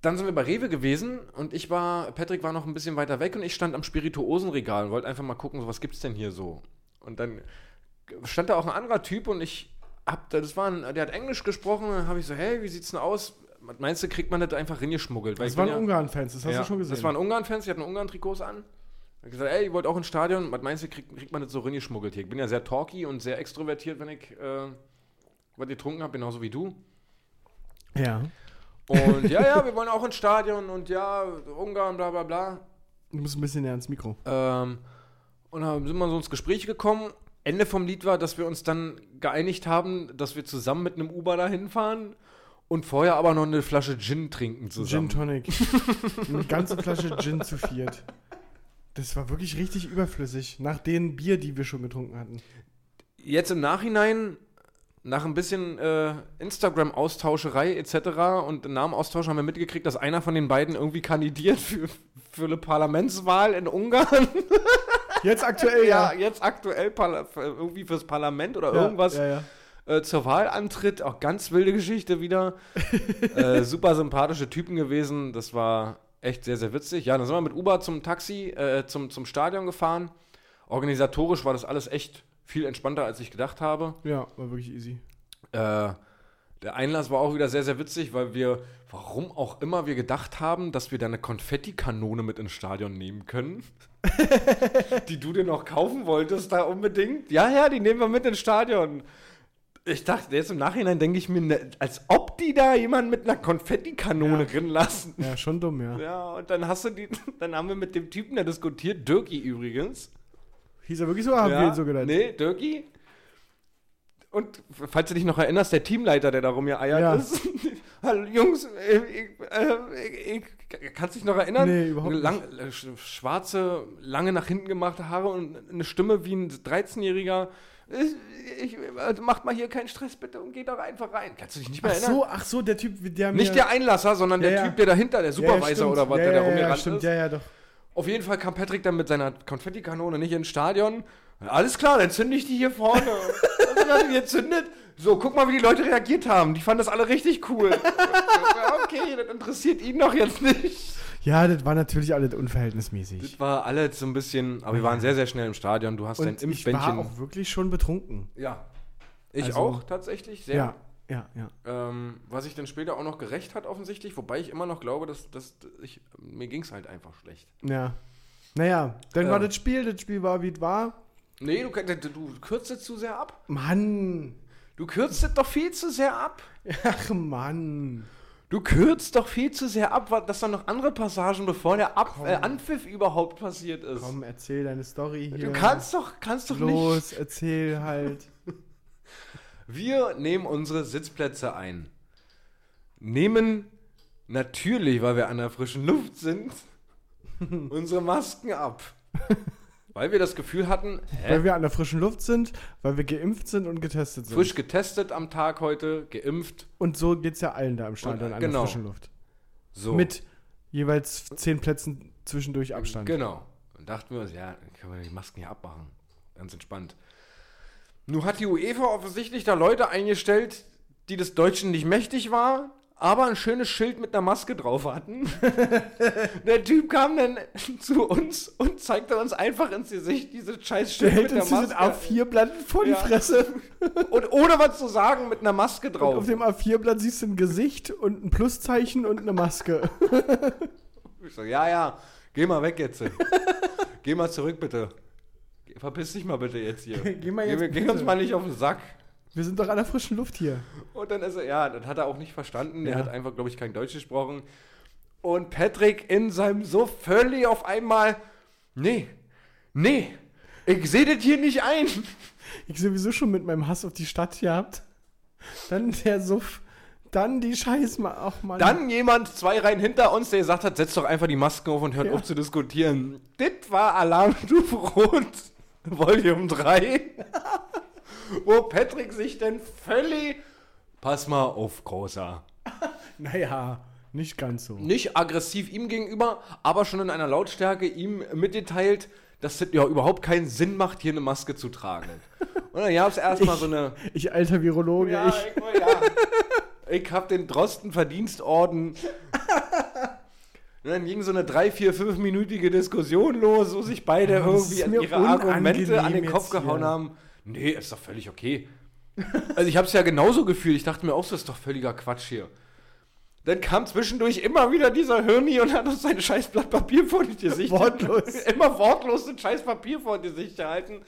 A: dann sind wir bei Rewe gewesen und ich war, Patrick war noch ein bisschen weiter weg und ich stand am Spirituosenregal und wollte einfach mal gucken, so, was gibt's denn hier so. Und dann stand da auch ein anderer Typ und ich hab, da- das war ein, der hat Englisch gesprochen, dann habe ich so, hey, wie sieht's denn aus? Meinst du, kriegt man das einfach reingeschmuggelt? Weil
B: Das
A: ich bin
B: waren Ungarn-Fans, das hast
A: ja,
B: du schon gesehen.
A: Das waren Ungarn-Fans, die hatten Ungarn-Trikots an. Hab gesagt, ey, ihr wollt auch ins Stadion? Was meinst du, kriegt, kriegt man das so reingeschmuggelt hier? Ich bin ja sehr talky und sehr extrovertiert, wenn ich äh, was getrunken habe, genauso wie du.
B: ja.
A: Und ja, ja, wir wollen auch ins Stadion und ja, Ungarn, bla bla bla.
B: Du musst ein bisschen näher ans Mikro.
A: Ähm, und dann sind wir so ins Gespräch gekommen. Ende vom Lied war, dass wir uns dann geeinigt haben, dass wir zusammen mit einem Uber dahin fahren und vorher aber noch eine Flasche Gin trinken zusammen.
B: Gin Tonic. Eine ganze Flasche Gin zu viert. Das war wirklich richtig überflüssig, nach den Bier, die wir schon getrunken hatten.
A: jetzt im Nachhinein, nach ein bisschen äh, Instagram-Austauscherei etc. und Namenaustausch haben wir mitgekriegt, dass einer von den beiden irgendwie kandidiert für, für eine Parlamentswahl in Ungarn.
B: Jetzt aktuell, ja.
A: jetzt aktuell Parla für- irgendwie fürs Parlament oder
B: Ja,
A: irgendwas
B: Ja, ja.
A: Äh, zur Wahl antritt. Auch ganz wilde Geschichte wieder. äh, super sympathische Typen gewesen. Das war echt sehr, sehr witzig. Ja, dann sind wir mit Uber zum Taxi, äh, zum, zum Stadion gefahren. Organisatorisch war das alles echt viel entspannter, als ich gedacht habe.
B: Ja, war wirklich easy.
A: Äh, Der Einlass war auch wieder sehr, sehr witzig, weil wir, warum auch immer, wir gedacht haben, dass wir da eine Konfettikanone mit ins Stadion nehmen können. die du dir noch kaufen wolltest, da unbedingt. Ja, ja, die nehmen wir mit ins Stadion. Ich dachte, jetzt im Nachhinein denke ich mir, ne, als ob die da jemanden mit einer Konfettikanone drin lassen.
B: Ja, schon dumm, ja.
A: Ja, und dann hast du die, dann haben wir mit dem Typen da diskutiert, Dirki übrigens.
B: Hieß er wirklich so, haben wir
A: Ja,
B: ihn so gedacht.
A: Nee, Dirki. Und falls du dich noch erinnerst, der Teamleiter, der da rumgeeiert
B: Ja.
A: ist. Hallo Jungs, äh, ich, äh, ich, ich, kannst dich noch erinnern?
B: Nee, überhaupt nicht.
A: Lang, äh, sch- schwarze, lange nach hinten gemachte Haare und eine Stimme wie ein 13-Jähriger. Ich, ich, äh, macht mal hier keinen Stress bitte und geht doch einfach rein. Kannst du dich nicht mehr
B: Ach
A: erinnern?
B: so, ach so, der Typ, der mir...
A: Nicht der Einlasser, sondern
B: Ja,
A: der
B: ja.
A: Typ, der dahinter, der
B: Ja, ja,
A: Supervisor
B: stimmt.
A: oder was,
B: ja,
A: der da
B: ja, ja,
A: rumgerannt
B: stimmt,
A: ist.
B: Ja, ja, doch.
A: Auf jeden Fall kam Patrick dann mit seiner Konfettikanone nicht ins Stadion. Alles klar, dann zünde ich die hier vorne. Und dann hat er die gezündet. So, guck mal, wie die Leute reagiert haben. Die fanden das alle richtig cool. Ja, okay, das interessiert ihn doch jetzt nicht.
B: Ja, das war natürlich alles unverhältnismäßig.
A: Das war alles so ein bisschen, aber wir waren sehr, sehr schnell im Stadion. Du hast dein
B: Und ich war
A: Impfbändchen.
B: auch wirklich schon betrunken.
A: ja. Ich
B: Also-
A: auch, tatsächlich, sehr.
B: Ja, ja, ja.
A: Ähm, was ich dann später auch noch gerecht hat, offensichtlich. Wobei ich immer noch glaube, dass, dass ich, mir ging es halt einfach schlecht.
B: Ja. Naja, dann
A: Ja.
B: war das Spiel, das Spiel war, wie es war.
A: Nee, du, kann- du- du kürzt es zu sehr ab.
B: Mann.
A: Du kürzt es doch viel zu sehr ab.
B: Ach, Mann.
A: Du kürzt doch viel zu sehr ab, wa- dass da noch andere Passagen, bevor der ab äh, Anpfiff überhaupt passiert ist.
B: Komm, erzähl deine Story hier.
A: Du kannst doch, kannst doch nicht.
B: Los, erzähl halt.
A: Wir nehmen unsere Sitzplätze ein. Nehmen natürlich, weil wir an der frischen Luft sind, unsere Masken ab. Weil wir das Gefühl hatten, hä,
B: Weil wir an der frischen Luft sind, weil wir geimpft sind und getestet sind.
A: frisch getestet am Tag heute, geimpft.
B: Und so geht's ja allen da im Stadion
A: Und, äh,
B: an
A: genau.
B: der frischen Luft.
A: So.
B: Mit jeweils zehn Plätzen zwischendurch Abstand.
A: Genau. Und dachten wir uns, ja, dann können wir die Masken hier abmachen. Ganz entspannt. Nun hat die UEFA offensichtlich da Leute eingestellt, die des Deutschen nicht mächtig war, aber ein schönes Schild mit einer Maske drauf hatten. der Typ kam dann zu uns und zeigte uns einfach ins Gesicht dieses scheiß
B: Der
A: Schild mit
B: hält
A: der
B: uns diesen
A: Maske.
B: A4-Blatt vor die
A: Ja.
B: Fresse.
A: Und ohne was zu sagen, mit einer Maske
B: Und auf
A: drauf.
B: dem A4-Blatt siehst du ein Gesicht und ein Pluszeichen und eine Maske.
A: Ich so, ja, ja, geh mal weg jetzt. geh mal zurück, bitte. Geh- Verpiss dich mal bitte jetzt hier.
B: Geh mal jetzt
A: geh, geh
B: bitte.
A: uns mal nicht auf den Sack.
B: Wir sind doch an der frischen Luft hier.
A: Und dann ist er, ja, das hat er auch nicht verstanden. Der
B: Ja.
A: hat einfach, glaube ich, kein Deutsch gesprochen. Und Patrick in seinem so völlig auf einmal, nee, nee, ich sehe das hier nicht ein.
B: Ich sowieso schon mit meinem Hass auf die Stadt gehabt. Dann der Suff. Dann die Scheiß. Ach, Mann.
A: Dann jemand zwei Reihen hinter uns, der gesagt hat, setz doch einfach die Masken auf und hört
B: Ja.
A: auf zu diskutieren. Das war Alarmstufe Rot, Volume 3, wo Patrick sich denn völlig, pass mal auf, Großer.
B: Naja, nicht ganz so.
A: nicht aggressiv ihm gegenüber, aber schon in einer Lautstärke ihm mitgeteilt, dass es ja überhaupt keinen Sinn macht, hier eine Maske zu tragen. Und dann gab es erstmal so eine.
B: Ich alter Virologe,
A: Ja,
B: ich.
A: ich, ja. ich hab den Drosten-Verdienstorden. Und dann ging so eine drei, vier, fünfminütige Diskussion los, wo sich beide
B: Ja, das
A: irgendwie
B: ist
A: an
B: mir
A: ihre Argumente an
B: unangenehm
A: den Kopf
B: jetzt hier.
A: gehauen haben. Nee, ist doch völlig okay. Also ich hab's ja genauso gefühlt. Ich dachte mir auch so, ist doch völliger Quatsch hier. Dann kam zwischendurch immer wieder dieser Hirni und hat uns sein scheiß Blatt Papier vor die Gesicht
B: Wortlos.
A: Immer wortlos ein scheiß Papier vor die Gesicht gehalten.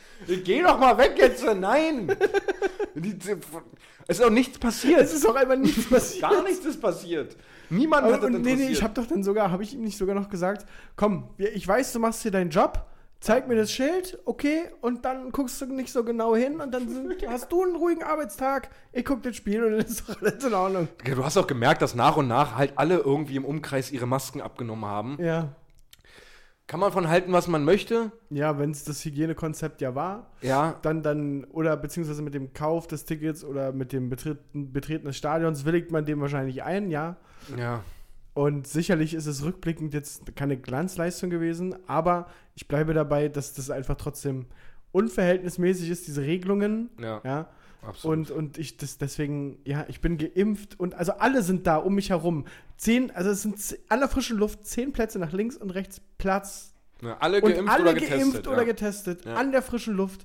A: Geh doch mal weg jetzt. Nein. Die- die- Es ist auch nichts
B: Es
A: passiert.
B: ist auch einfach nichts passiert.
A: Gar nichts ist passiert. Niemand hat
B: Aber,
A: das
B: und nee,
A: interessiert.
B: nee, ich habe doch dann sogar, habe ich ihm nicht sogar noch gesagt, komm, wir- ich weiß, du machst hier deinen Job, zeig mir das Schild, okay, und dann guckst du nicht so genau hin und dann sind, hast du einen ruhigen Arbeitstag, ich guck das Spiel und dann ist doch alles in Ordnung.
A: du hast auch gemerkt, dass nach und nach halt alle irgendwie im Umkreis ihre Masken abgenommen haben.
B: Ja,
A: Kann man von halten, was man möchte.
B: ja wenn es das Hygienekonzept ja war,
A: Ja.
B: dann, dann, oder beziehungsweise mit dem Kauf des Tickets oder mit dem Betreten, Betreten des Stadions willigt man dem wahrscheinlich ein, ja.
A: Ja.
B: Und sicherlich ist es rückblickend jetzt keine Glanzleistung gewesen, aber ich bleibe dabei, dass das einfach trotzdem unverhältnismäßig ist, diese Regelungen.
A: Ja.
B: Ja.
A: Absolut.
B: Und, und ich das deswegen, ja, ich bin geimpft und also alle sind da um mich herum. Zehn, also es sind ze- an der frischen Luft zehn Plätze nach links und rechts Platz.
A: Ja, alle
B: Und
A: geimpft
B: alle
A: oder
B: geimpft
A: getestet.
B: oder
A: ja.
B: getestet.
A: Ja.
B: An der frischen Luft.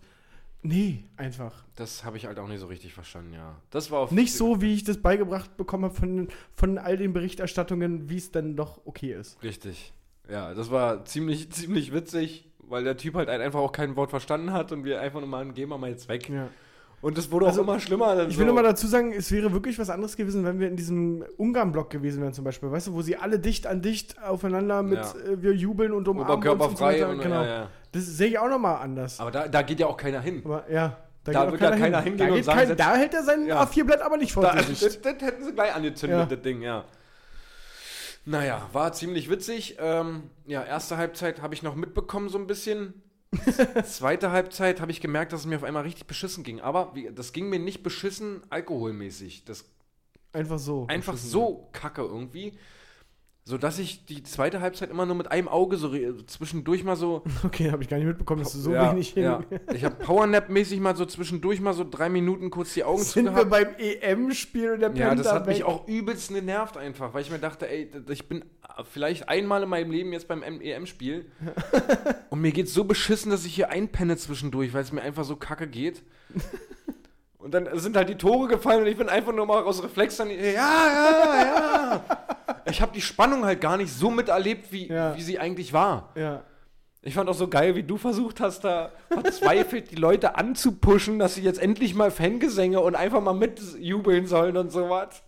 B: Nee, einfach.
A: Das habe ich halt auch nicht so richtig verstanden, ja. Das war auf
B: Nicht so, wie ich das beigebracht bekommen habe von, von all den Berichterstattungen, wie es dann doch okay ist.
A: Richtig. Ja, das war ziemlich, ziemlich witzig, weil der Typ halt einfach auch kein Wort verstanden hat und wir einfach nur mal gehen wir mal jetzt weg.
B: Ja.
A: Und das wurde
B: Also,
A: auch immer schlimmer. dann
B: Ich will
A: so.
B: nur mal dazu sagen, es wäre wirklich was anderes gewesen, wenn wir in diesem Ungarn-Block gewesen wären, zum Beispiel, weißt du, wo sie alle dicht an dicht aufeinander mit
A: Ja.
B: äh, wir jubeln und umarmen.
A: Oberkörper
B: uns und so
A: frei
B: weiter.
A: und-
B: genau.
A: ja, ja.
B: Das sehe ich auch nochmal anders.
A: Aber da, da geht ja auch keiner hin.
B: Aber ja,
A: Da
B: geht auch
A: wird ja keiner hingehen
B: da
A: und
B: geht
A: sagen,
B: kein,
A: setz-
B: Da hält er sein
A: Ja.
B: A4-Blatt aber nicht vor
A: Da,
B: sich.
A: das, das, hätten sie gleich angezündet,
B: Ja.
A: das Ding, ja. Naja, war ziemlich witzig. Ähm, ja, erste Halbzeit habe ich noch mitbekommen so ein bisschen. Zweite Halbzeit habe ich gemerkt, dass es mir auf einmal richtig beschissen ging. Aber wie, das ging mir nicht beschissen alkoholmäßig. Das
B: Einfach so.
A: einfach so kacke irgendwie, sodass ich die zweite Halbzeit immer nur mit einem Auge so re- zwischendurch mal so.
B: Okay, habe ich gar nicht mitbekommen, dass du so
A: ja,
B: wenig hin.
A: ja. Ich habe Powernap-mäßig mal so zwischendurch mal so drei Minuten kurz die Augen
B: Sind wir
A: zugehabt.
B: beim EM-Spiel und der
A: Ja,
B: pennt
A: das
B: da
A: hat mich
B: weg?
A: auch übelst genervt einfach, weil ich mir dachte, ey, d- ich bin äh, vielleicht einmal in meinem Leben jetzt beim EM-Spiel und mir geht's so beschissen, dass ich hier einpenne zwischendurch, weil es mir einfach so kacke geht. Und dann sind halt die Tore gefallen und ich bin einfach nur mal aus Reflex dann, ja, ja, ja. Ich habe die Spannung halt gar nicht so miterlebt, wie,
B: Ja.
A: wie sie eigentlich war.
B: Ja.
A: Ich fand auch so geil, wie du versucht hast, da verzweifelt die Leute anzupuschen, dass sie jetzt endlich mal Fangesänge und einfach mal mitjubeln sollen und sowas.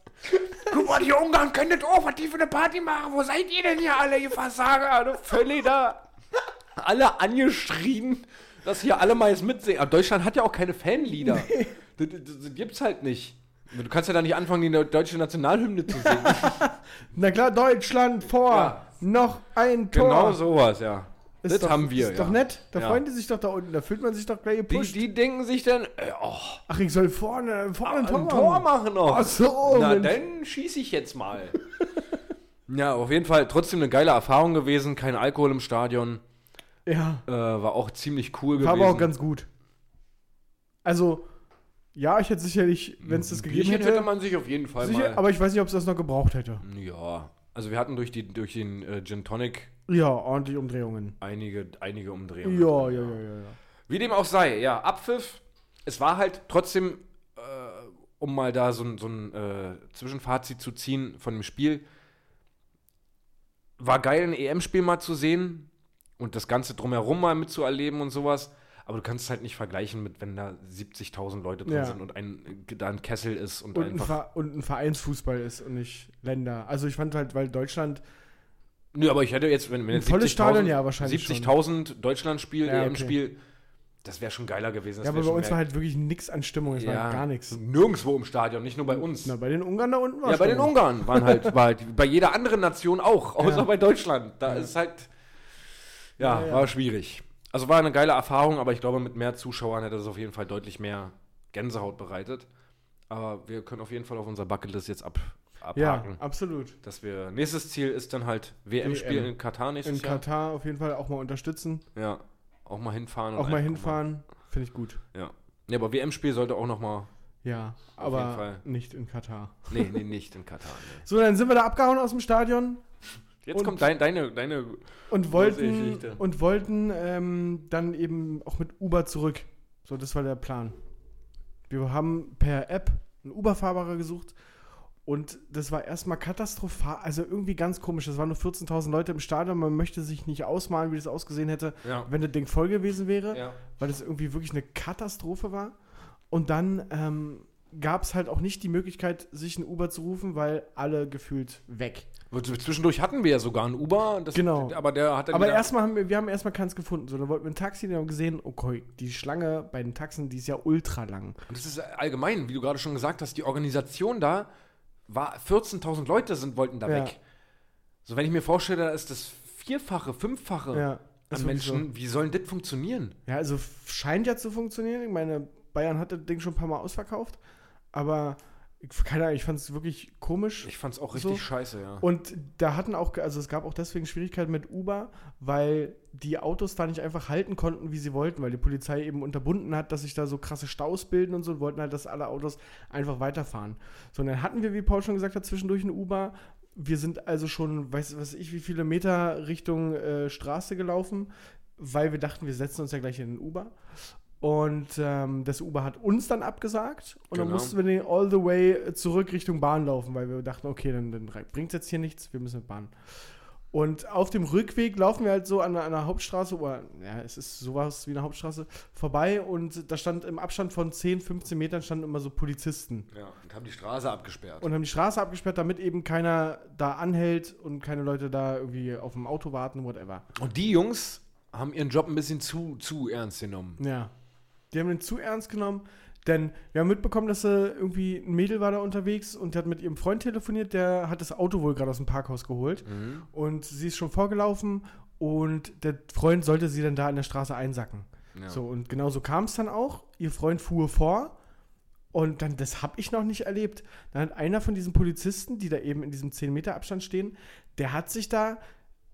A: Guck mal, die Ungarn können das auch, was die für eine Party machen. Wo seid ihr denn hier alle, ihr Versager? Du völlig da. Alle angeschrien, dass hier alle mal jetzt mitsingen. Aber Deutschland hat ja auch keine Fanlieder. Das, das, das gibt's halt nicht. Du kannst ja da nicht anfangen, die deutsche Nationalhymne zu singen.
B: Na klar, Deutschland vor.
A: Ja.
B: Noch ein Tor.
A: genau sowas, ja.
B: Ist
A: das
B: doch,
A: haben wir,
B: Ist
A: ja.
B: doch nett. Da
A: Ja.
B: freuen die sich doch da unten. Da fühlt man sich doch gleich
A: Die,
B: gepusht.
A: die denken sich dann, äh, oh,
B: Ach, ich soll vorne, vorne ein Tor,
A: ein Tor
B: machen.
A: machen noch.
B: Ach so,
A: Na,
B: Mensch.
A: dann schieße ich jetzt mal. ja, auf jeden Fall trotzdem eine geile Erfahrung gewesen. Kein Alkohol im Stadion.
B: Ja.
A: Äh, war auch ziemlich cool
B: War
A: gewesen.
B: aber auch ganz gut. Also, ja, ich hätte sicherlich, wenn es das
A: Ein
B: gegeben
A: Bierchen
B: hätte,
A: hätte man sich auf jeden Fall
B: sicher,
A: mal.
B: aber ich weiß nicht, ob es das noch gebraucht hätte.
A: Ja, also wir hatten durch, die, durch den äh, Gin Tonic
B: Ja, ordentlich Umdrehungen.
A: einige, einige Umdrehungen.
B: Ja, ja, ja, ja. ja.
A: Wie dem auch sei, ja, Abpfiff. Es war halt trotzdem, äh, um mal da so ein, so ein äh, Zwischenfazit zu ziehen von dem Spiel, war geil, ein EM-Spiel mal zu sehen und das Ganze drumherum mal mitzuerleben und sowas. Aber du kannst es halt nicht vergleichen mit, wenn da 70.000 Leute drin
B: Ja.
A: sind und ein, äh, da ein Kessel ist und,
B: Und ein,
A: einfach.
B: Ver und ein Vereinsfußball ist und nicht Länder. Also ich fand halt, weil Deutschland,
A: Nö, aber ich hätte jetzt, wenn, wenn
B: Ein
A: jetzt
B: volles
A: 70.000
B: Stadion, ja, wahrscheinlich schon.
A: 70.000 Deutschland-Spiel,
B: Ja, okay.
A: EM-Spiel, das wäre schon geiler gewesen. Das
B: ja, aber
A: wär
B: bei
A: schon
B: uns
A: mehr-
B: war halt wirklich nichts an Stimmung. Es war halt gar nichts.
A: Nirgendwo im Stadion, nicht nur bei uns.
B: Na, bei den Ungarn da unten war
A: ja, bei den
B: Stimmung.
A: Ungarn waren halt, war halt, bei jeder anderen Nation auch, außer
B: Ja.
A: bei Deutschland. Da ist halt, ja,
B: Ja, ja.
A: war schwierig. Also war eine geile Erfahrung, aber ich glaube, mit mehr Zuschauern hätte das auf jeden Fall deutlich mehr Gänsehaut bereitet. Aber wir können auf jeden Fall auf unser Bucketlist jetzt ab, abhaken.
B: Ja, absolut.
A: Dass wir, nächstes Ziel ist dann halt WM-Spiel
B: WM.
A: in Katar nächstes
B: In
A: Jahr.
B: Katar auf jeden Fall auch mal unterstützen,
A: Ja, auch mal hinfahren. und
B: auch mal
A: einfach
B: hinfahren. Finde ich gut.
A: Ja. Nee, aber WM-Spiel sollte auch noch mal, jeden
B: Ja, aber
A: Fall.
B: nicht in Katar.
A: nee, nee, nicht in Katar. Nee.
B: So, dann sind wir da abgehauen aus dem Stadion
A: Jetzt
B: Und-
A: kommt dein, deine, deine
B: und
A: Lustige
B: wollten,
A: Geschichte.
B: und wollten ähm, dann eben auch mit Uber zurück. So, das war der Plan. Wir haben per App einen Uber-Fahrer gesucht und das war erstmal katastrophal, also irgendwie ganz komisch. Es waren nur 14.000 Leute im Stadion, man möchte sich nicht ausmalen, wie das ausgesehen hätte,
A: Ja.
B: wenn das Ding voll gewesen wäre.
A: Ja.
B: weil es irgendwie wirklich eine Katastrophe war. Und dann ähm, gab es halt auch nicht die Möglichkeit, sich ein Uber zu rufen, weil alle gefühlt weg.
A: Zwischendurch hatten wir ja sogar einen Uber. Das,
B: Genau.
A: Aber der hat dann
B: Aber
A: wieder-
B: erstmal haben wir, wir haben erstmal keins gefunden. So, dann wollten wir ein Taxi, dann haben wir gesehen, okay, die Schlange bei den Taxen, die ist ja ultra lang.
A: Und das ist allgemein, wie du gerade schon gesagt hast, die Organisation da war 14.000 Leute sind wollten da
B: Ja.
A: weg. So wenn ich mir vorstelle, da ist das vierfache, fünffache
B: Ja, ist
A: an
B: wirklich
A: Menschen. Wie sollen das funktionieren?
B: Ja, also f- scheint ja zu funktionieren. Ich meine, Bayern hat das Ding schon ein paar Mal ausverkauft, aber ich, keine Ahnung, ich fand es wirklich komisch.
A: Ich fand's auch
B: So.
A: richtig scheiße, ja.
B: Und da hatten auch, also es gab auch deswegen Schwierigkeiten mit Uber, weil die Autos da nicht einfach halten konnten, wie sie wollten, weil die Polizei eben unterbunden hat, dass sich da so krasse Staus bilden und so und wollten halt, dass alle Autos einfach weiterfahren. So, und dann hatten wir, wie Paul schon gesagt hat, zwischendurch ein Uber. Wir sind also schon, weiß, weiß ich, wie viele Meter Richtung äh, Straße gelaufen, weil wir dachten, wir setzen uns ja gleich in den Uber. Und ähm, das Uber hat uns dann abgesagt und dann
A: Genau.
B: mussten wir den all the way zurück Richtung Bahn laufen, weil wir dachten, okay, dann, dann bringt es jetzt hier nichts, wir müssen mit Bahn. Und auf dem Rückweg laufen wir halt so an einer Hauptstraße, oder ja, es ist sowas wie eine Hauptstraße, vorbei und da stand im Abstand von 10, 15 Metern standen immer so Polizisten
A: Ja, und haben die Straße abgesperrt.
B: und haben die Straße abgesperrt, damit eben keiner da anhält und keine Leute da irgendwie auf dem Auto warten, whatever.
A: Und die Jungs haben ihren Job ein bisschen zu, zu ernst genommen.
B: Ja. Die haben den zu ernst genommen, denn wir haben mitbekommen, dass äh, irgendwie ein Mädel war da unterwegs und die hat mit ihrem Freund telefoniert, der hat das Auto wohl gerade aus dem Parkhaus geholt und sie ist schon vorgelaufen und der Freund sollte sie dann da an der Straße einsacken.
A: Ja.
B: So, und genau so kam es dann auch. Ihr Freund fuhr vor und dann, das habe ich noch nicht erlebt. Dann hat einer von diesen Polizisten, die da eben in diesem 10-Meter-Abstand stehen, der hat sich da,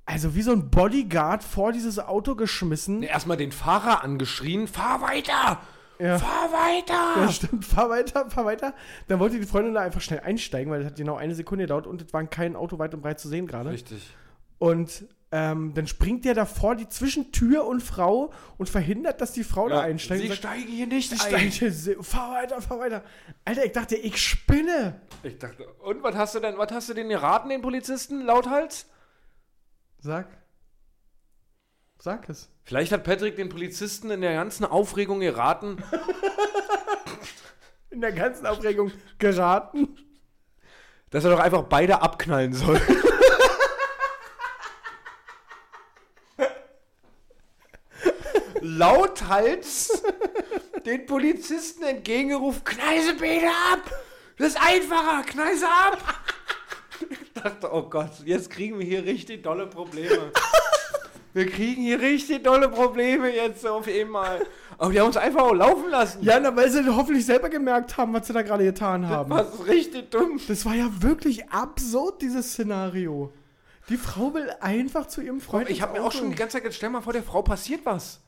B: also wie so ein Bodyguard, vor dieses Auto geschmissen.
A: Erstmal den Fahrer angeschrien, fahr weiter!
B: Ja.
A: Fahr
B: Ja,
A: weiter!
B: stimmt. Fahr weiter, fahr weiter. Dann wollte die Freundin da einfach schnell einsteigen, weil das hat genau eine Sekunde gedauert und es war kein Auto weit und breit zu sehen gerade.
A: Richtig.
B: Und ähm, dann springt der davor die zwischen Tür und Frau und verhindert, dass die Frau da einsteigt.
A: Sie
B: und sagt,
A: steigen hier nicht
B: "Sie
A: ein.
B: steigen hier se- fahr weiter, fahr weiter. Alter, ich dachte, ich spinne.
A: Ich dachte, und was hast du denn, was hast du denen geraten, den Polizisten, lauthals?
B: Sag. Sag es.
A: Vielleicht hat Patrick den Polizisten in der ganzen Aufregung geraten,
B: In der ganzen Aufregung geraten.
A: dass er doch einfach beide abknallen soll. Lauthals den Polizisten entgegengerufen, kneise beide ab! Das ist einfacher, kneise ab! Ich dachte, oh Gott, jetzt kriegen wir hier richtig dolle Probleme. Wir kriegen hier richtig dolle Probleme jetzt auf einmal. Aber die haben uns einfach auch laufen lassen.
B: Ja, na, weil sie hoffentlich selber gemerkt haben, was sie da gerade getan haben.
A: das ist richtig dumm.
B: Das war ja wirklich absurd, dieses Szenario. Die Frau will einfach zu ihrem Freund.
A: Ich habe
B: ins
A: mir auch
B: Auto.
A: schon die ganze Zeit gedacht, stell mal vor, der Frau passiert was.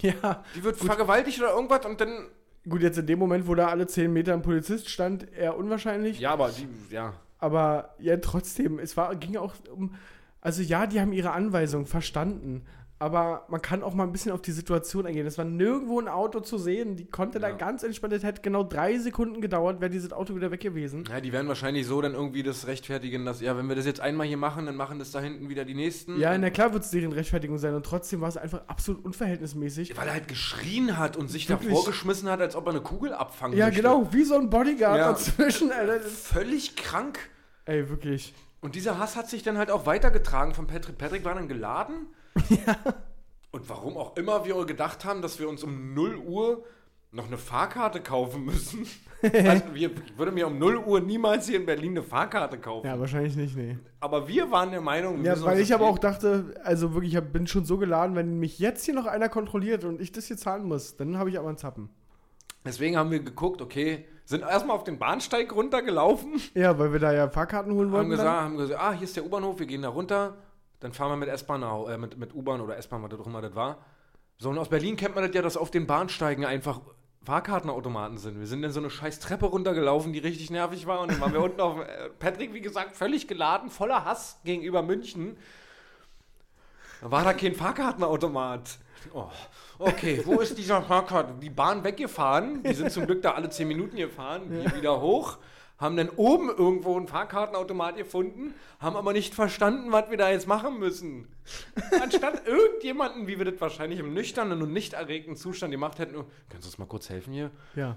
B: Ja.
A: Die wird vergewaltigt oder irgendwas und dann.
B: Gut, jetzt in dem Moment, wo da alle 10 Meter ein Polizist stand, eher unwahrscheinlich.
A: Ja, aber die, ja.
B: Aber ja, trotzdem, es war, ging auch um. Also ja, die haben ihre Anweisung verstanden. Aber man kann auch mal ein bisschen auf die Situation eingehen. Es war nirgendwo ein Auto zu sehen. Die konnte da
A: Ja.
B: ganz entspannt. Es hätte genau drei Sekunden gedauert, wäre dieses Auto wieder weg gewesen.
A: Ja, die werden wahrscheinlich so dann irgendwie das rechtfertigen, dass, ja, wenn wir das jetzt einmal hier machen, dann machen das da hinten wieder die nächsten.
B: Ja, na klar wird es deren Rechtfertigung sein. Und trotzdem war es einfach absolut unverhältnismäßig.
A: Weil er halt geschrien hat und sich
B: Wirklich?
A: davor geschmissen hat, als ob er eine Kugel abfangen
B: Ja,
A: möchte.
B: genau, wie so ein Bodyguard
A: Ja.
B: dazwischen, Alter. Das,
A: Völlig krank.
B: ey, wirklich.
A: Und dieser Hass hat sich dann halt auch weitergetragen von Patrick. Patrick war dann geladen. Ja. Und warum auch immer wir gedacht haben, dass wir uns um 0 Uhr noch eine Fahrkarte kaufen müssen. also wir, ich würde mir um 0 Uhr niemals hier in Berlin eine Fahrkarte kaufen.
B: Ja, wahrscheinlich nicht, nee.
A: Aber wir waren der Meinung, wir
B: Ja,
A: müssen
B: weil
A: uns
B: ich
A: das
B: aber auch
A: geben.
B: dachte, also wirklich, ich hab- bin schon so geladen, wenn mich jetzt hier noch einer kontrolliert und ich das hier zahlen muss, dann habe ich aber einen Zappen.
A: Deswegen haben wir geguckt, okay, sind erstmal auf den Bahnsteig runtergelaufen,
B: Ja, weil wir da ja Fahrkarten holen
A: haben
B: wollten.
A: gesagt, haben gesagt, ah, hier ist der U-Bahnhof, wir gehen da runter, dann fahren wir mit S-Bahn, nach- äh, mit, mit U-Bahn oder S-Bahn, was das auch immer das war. So, und aus Berlin kennt man das ja, dass auf den Bahnsteigen einfach Fahrkartenautomaten sind. Wir sind dann so eine scheiß Treppe runtergelaufen, die richtig nervig war und dann waren wir unten auf, äh, Patrick, wie gesagt, völlig geladen, voller Hass gegenüber München. Da war da kein Fahrkartenautomat. Oh, okay, wo ist dieser Fahrkarten? Die Bahn weggefahren. Die sind zum Glück da alle 10 Minuten gefahren, die wieder hoch. Haben dann oben irgendwo einen Fahrkartenautomat gefunden, haben aber nicht verstanden, was wir da jetzt machen müssen. Anstatt irgendjemanden, wie wir das wahrscheinlich im nüchternen und nicht erregten Zustand gemacht hätten, oh, kannst du uns mal kurz helfen hier?
B: dann. Ja.